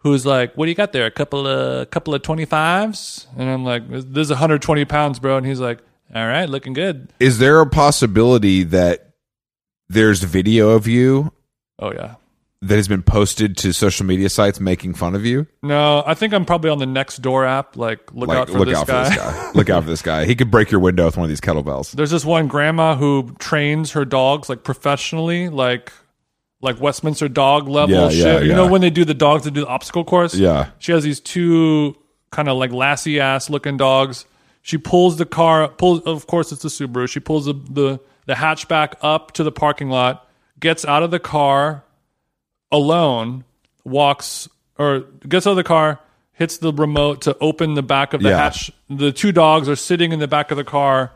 Speaker 1: Who's like, what do you got there? A couple of couple of twenty fives, and I'm like, this is 120 pounds, bro. And he's like, all right, looking good.
Speaker 2: is there a possibility that there's video of you
Speaker 1: Oh yeah.
Speaker 2: that has been posted to social media sites making fun of you?
Speaker 1: No, I think I'm probably on the next door app. Like, look
Speaker 2: Like
Speaker 1: out for
Speaker 2: look
Speaker 1: this
Speaker 2: out
Speaker 1: guy.
Speaker 2: for this guy. look out for this guy. He could break your window with one of these kettlebells.
Speaker 1: There's this one grandma who trains her dogs like professionally, like like Westminster dog level
Speaker 2: Yeah,
Speaker 1: shit.
Speaker 2: yeah,
Speaker 1: You know
Speaker 2: yeah.
Speaker 1: when they do the dogs that do the obstacle course?
Speaker 2: Yeah.
Speaker 1: She has these two kind of like lassie ass looking dogs. She pulls the car pulls of course it's a Subaru. She pulls the, the the hatchback up to the parking lot, gets out of the car alone, walks or gets out of the car, hits the remote to open the back of the
Speaker 2: Yeah.
Speaker 1: hatch. The two dogs are sitting in the back of the car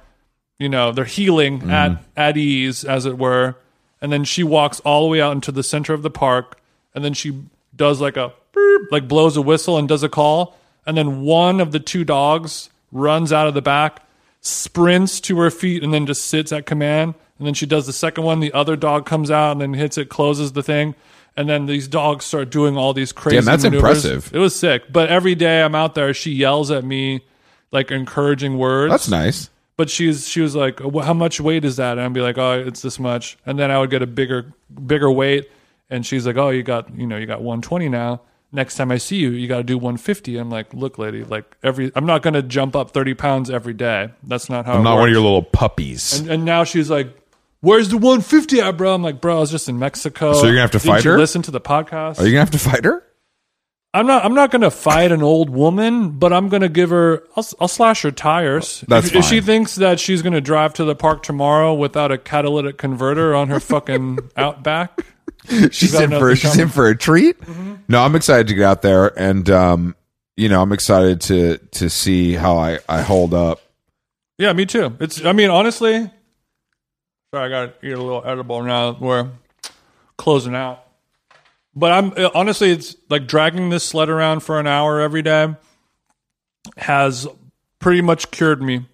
Speaker 1: you know they're healing
Speaker 2: Mm-hmm.
Speaker 1: at at ease as it were and then she walks all the way out into the center of the park and then she does like a beep, like blows a whistle and does a call and then one of the two dogs runs out of the back sprints to her feet and then just sits at command and then she does the second one the other dog comes out and then hits it closes the thing and then these dogs start doing all these crazy
Speaker 2: Damn, that's
Speaker 1: maneuvers.
Speaker 2: impressive.
Speaker 1: it was sick but every day i'm out there she yells at me like encouraging words
Speaker 2: That's nice.
Speaker 1: but she's she was like, "Wh- "How much weight is that?" And I'd be like, "Oh, it's this much." And then I would get a bigger bigger weight, and she's like, "Oh, you got you know you got 120 now. Next time I see you, you got to do 150." I'm like, "Look, lady, like every I'm not gonna jump up 30 pounds every day. That's not how
Speaker 2: I'm
Speaker 1: it
Speaker 2: not one of
Speaker 1: works."
Speaker 2: your little puppies.
Speaker 1: And, and now she's like, Where's the 150 at, bro? I'm like, bro, I was just in Mexico.
Speaker 2: So you're gonna have to
Speaker 1: Didn't
Speaker 2: fight
Speaker 1: you
Speaker 2: her?
Speaker 1: Listen to the podcast.
Speaker 2: Are you gonna have to fight her?
Speaker 1: I'm not. I'm not gonna fight an old woman, but I'm gonna give her. I'll, I'll slash her tires.
Speaker 2: That's
Speaker 1: if, if she
Speaker 2: fine.
Speaker 1: thinks that she's gonna drive to the park tomorrow without a catalytic converter on her fucking Outback,
Speaker 2: she's
Speaker 1: got
Speaker 2: in for
Speaker 1: nothing
Speaker 2: she's
Speaker 1: coming.
Speaker 2: in for a treat.
Speaker 1: Mm-hmm.
Speaker 2: No, I'm excited to get out there, and um, you know, I'm excited to to see how I I hold up.
Speaker 1: Yeah, me too. It's. I mean, honestly, sorry, I got to eat a little edible now. We're closing out, but I'm uh, honestly, it's like dragging this sled around for an hour every day has pretty much cured me.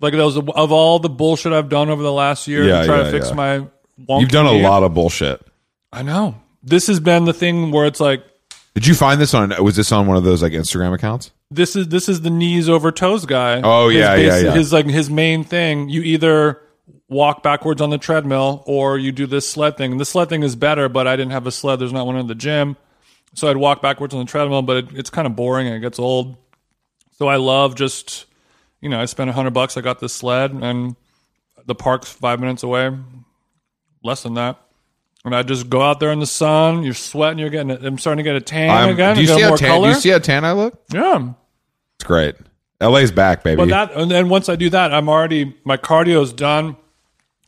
Speaker 1: Like that was of all the bullshit I've done over the last year
Speaker 2: Yeah,
Speaker 1: to try
Speaker 2: yeah,
Speaker 1: to fix
Speaker 2: yeah.
Speaker 1: my. Wonky
Speaker 2: You've done a
Speaker 1: knee.
Speaker 2: lot of bullshit.
Speaker 1: I know. This has been the thing where it's like
Speaker 2: Did you find this on? Was this on one of those like Instagram accounts?
Speaker 1: this is this is the knees over toes guy.
Speaker 2: Oh, yeah,
Speaker 1: his
Speaker 2: yeah, yeah.
Speaker 1: His like his main thing. You either walk backwards on the treadmill or you do this sled thing. And the sled thing is better, but I didn't have a sled. There's not one in the gym, so I'd walk backwards on the treadmill. But it, it's kind of boring and it gets old. So I love just you know I spent a hundred bucks. I got this sled and the park's five minutes away, less than that. And I just go out there in the sun. You're sweating. You're getting. I'm starting to get a tan
Speaker 2: I'm-
Speaker 1: again.
Speaker 2: do you
Speaker 1: I got
Speaker 2: see how
Speaker 1: more
Speaker 2: tan?
Speaker 1: color.
Speaker 2: Do you see how tan I look?
Speaker 1: yeah.
Speaker 2: It's great. LA's back, baby.
Speaker 1: But that, and then once I do that, I'm already my cardio's done.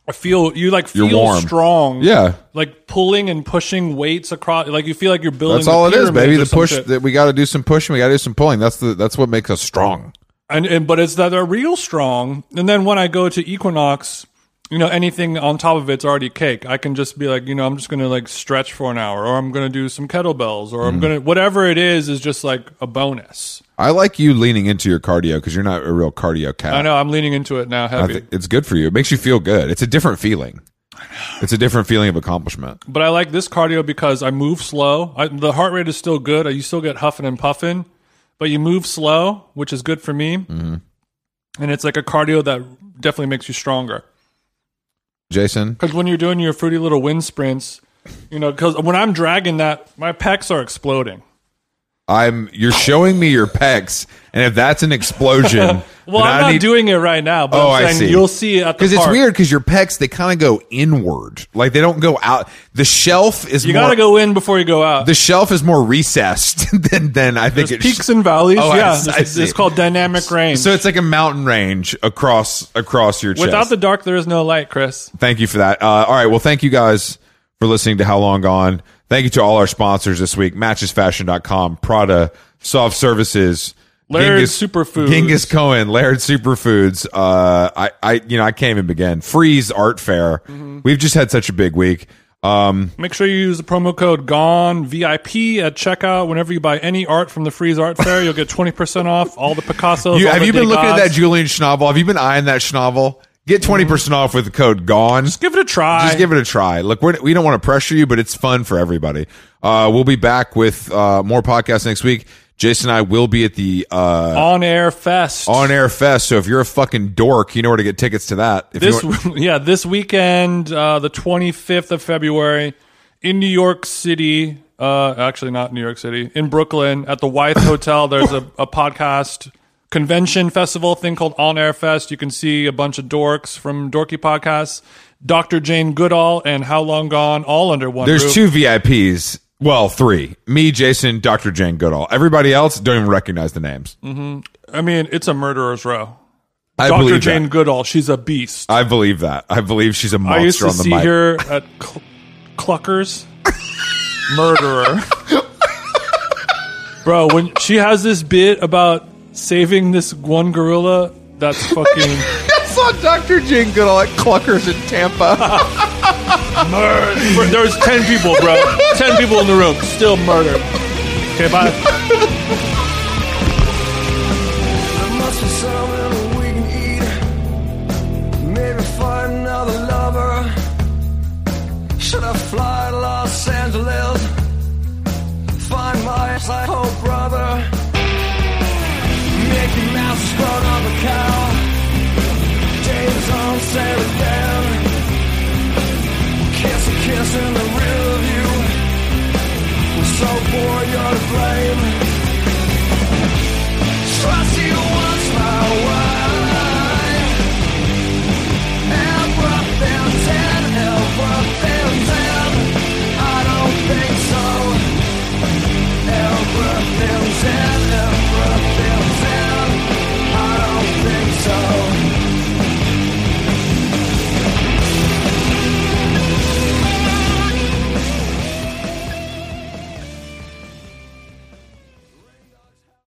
Speaker 1: I feel you like feel
Speaker 2: You're warm.
Speaker 1: strong.
Speaker 2: yeah,
Speaker 1: like pulling and pushing weights across. Like you feel like you're building.
Speaker 2: that's all it
Speaker 1: the
Speaker 2: is,
Speaker 1: pyramid
Speaker 2: baby.
Speaker 1: or
Speaker 2: The
Speaker 1: some
Speaker 2: push
Speaker 1: shit.
Speaker 2: that we got to do some pushing, we got to do some pulling. That's the that's what makes us strong.
Speaker 1: and, and but it's that they're real strong. And then when I go to Equinox, you know, anything on top of it's already cake. I can just be like, you know, I'm just gonna like stretch for an hour, or I'm gonna do some kettlebells, or
Speaker 2: Mm.
Speaker 1: I'm gonna whatever it is is just like a bonus.
Speaker 2: I like you leaning into your cardio because you're not a real cardio cat.
Speaker 1: I know I'm leaning into it now,
Speaker 2: I
Speaker 1: heavy.
Speaker 2: think it's good for you. It makes you feel good. It's a different feeling. It's a different feeling of accomplishment.
Speaker 1: But I like this cardio because I move slow. I, the heart rate is still good. You still get huffing and puffing, but you move slow, which is good for me.
Speaker 2: Mm-hmm.
Speaker 1: And it's like a cardio that definitely makes you stronger.
Speaker 2: Jason,
Speaker 1: Because when you're doing your fruity little wind sprints, you know, because when I'm dragging that, my pecs are exploding.
Speaker 2: I'm you're showing me your pecs, and if that's an explosion,
Speaker 1: Well, I'm not doing it right now, but
Speaker 2: Oh,
Speaker 1: I'm
Speaker 2: I
Speaker 1: saying
Speaker 2: see.
Speaker 1: you'll see it at the
Speaker 2: because it's
Speaker 1: park.
Speaker 2: weird because your pecs they kind of go inward, like they don't go out. The shelf is
Speaker 1: You
Speaker 2: more,
Speaker 1: got to go in before you go out.
Speaker 2: The shelf is more recessed than than I think
Speaker 1: There's
Speaker 2: it's
Speaker 1: peaks and valleys.
Speaker 2: Oh, I
Speaker 1: yeah,
Speaker 2: see, I
Speaker 1: it's, it's
Speaker 2: see.
Speaker 1: called dynamic range.
Speaker 2: So it's like a mountain range across across your chest.
Speaker 1: Without the dark, there is no light, Chris.
Speaker 2: thank you for that. Uh, all right. Well, thank you guys for listening to How Long Gone. Thank you to all our sponsors this week MatchesFashion.com, Prada, Soft Services,
Speaker 1: Laird Superfoods.
Speaker 2: Genghis Cohen, Laird Superfoods. Uh, I, I, you know, I can't even begin. Freeze Art Fair.
Speaker 1: Mm-hmm.
Speaker 2: We've just had such a big week. Um,
Speaker 1: Make sure you use the promo code GONE VIP at checkout. Whenever you buy any art from the Freeze Art Fair, you'll get 20% off all the Picassos.
Speaker 2: you,
Speaker 1: all
Speaker 2: have
Speaker 1: the
Speaker 2: you been looking at
Speaker 1: Degas.
Speaker 2: that Julian Schnabel? Have you been eyeing that Schnabel? Get 20% percent off with the code GONE.
Speaker 1: Give it a try.
Speaker 2: just give it a try. Look, we're, we don't want to pressure you, but it's fun for everybody. Uh, we'll be back with uh, more podcasts next week. Jason and I will be at the uh,
Speaker 1: On Air Fest.
Speaker 2: On Air Fest, so if you're a fucking dork, you know where to get tickets to that. If
Speaker 1: This,
Speaker 2: you want-
Speaker 1: yeah, this weekend, uh, the 25th of February, in New York City. Uh, actually, not New York City. In Brooklyn at the Wythe Hotel, there's a, a podcast convention festival thing called On Air Fest. You can see a bunch of dorks from dorky podcasts. Dr. Jane Goodall and How Long Gone, all under one roof.
Speaker 2: there's two VIPs. Well, three. Me, Jason, Dr. Jane Goodall. Everybody else don't even recognize the names.
Speaker 1: Mm. I mean, it's a murderer's row.
Speaker 2: I
Speaker 1: Dr.
Speaker 2: believe
Speaker 1: Jane
Speaker 2: that.
Speaker 1: Goodall, she's a beast.
Speaker 2: I believe that. I believe she's a
Speaker 1: I used
Speaker 2: monster
Speaker 1: to
Speaker 2: on the
Speaker 1: see
Speaker 2: mic.
Speaker 1: her at cl- Cluckers. Murderer. Bro, when she has this bit about saving this one gorilla, that's fucking
Speaker 2: I saw Dr. Jane Goodall at Cluckers in Tampa.
Speaker 1: murder. There was 10 people, bro. 10 people in the room, still murdered. Okay, bye.
Speaker 3: There must be something that we can eat. Maybe find another lover. Should I fly to Los Angeles? Find my side hole brother. Mickey Mouse is grown up a cow. Days on sale again. Kiss a kiss in the rear view. I'm so bored you're to blame. Trust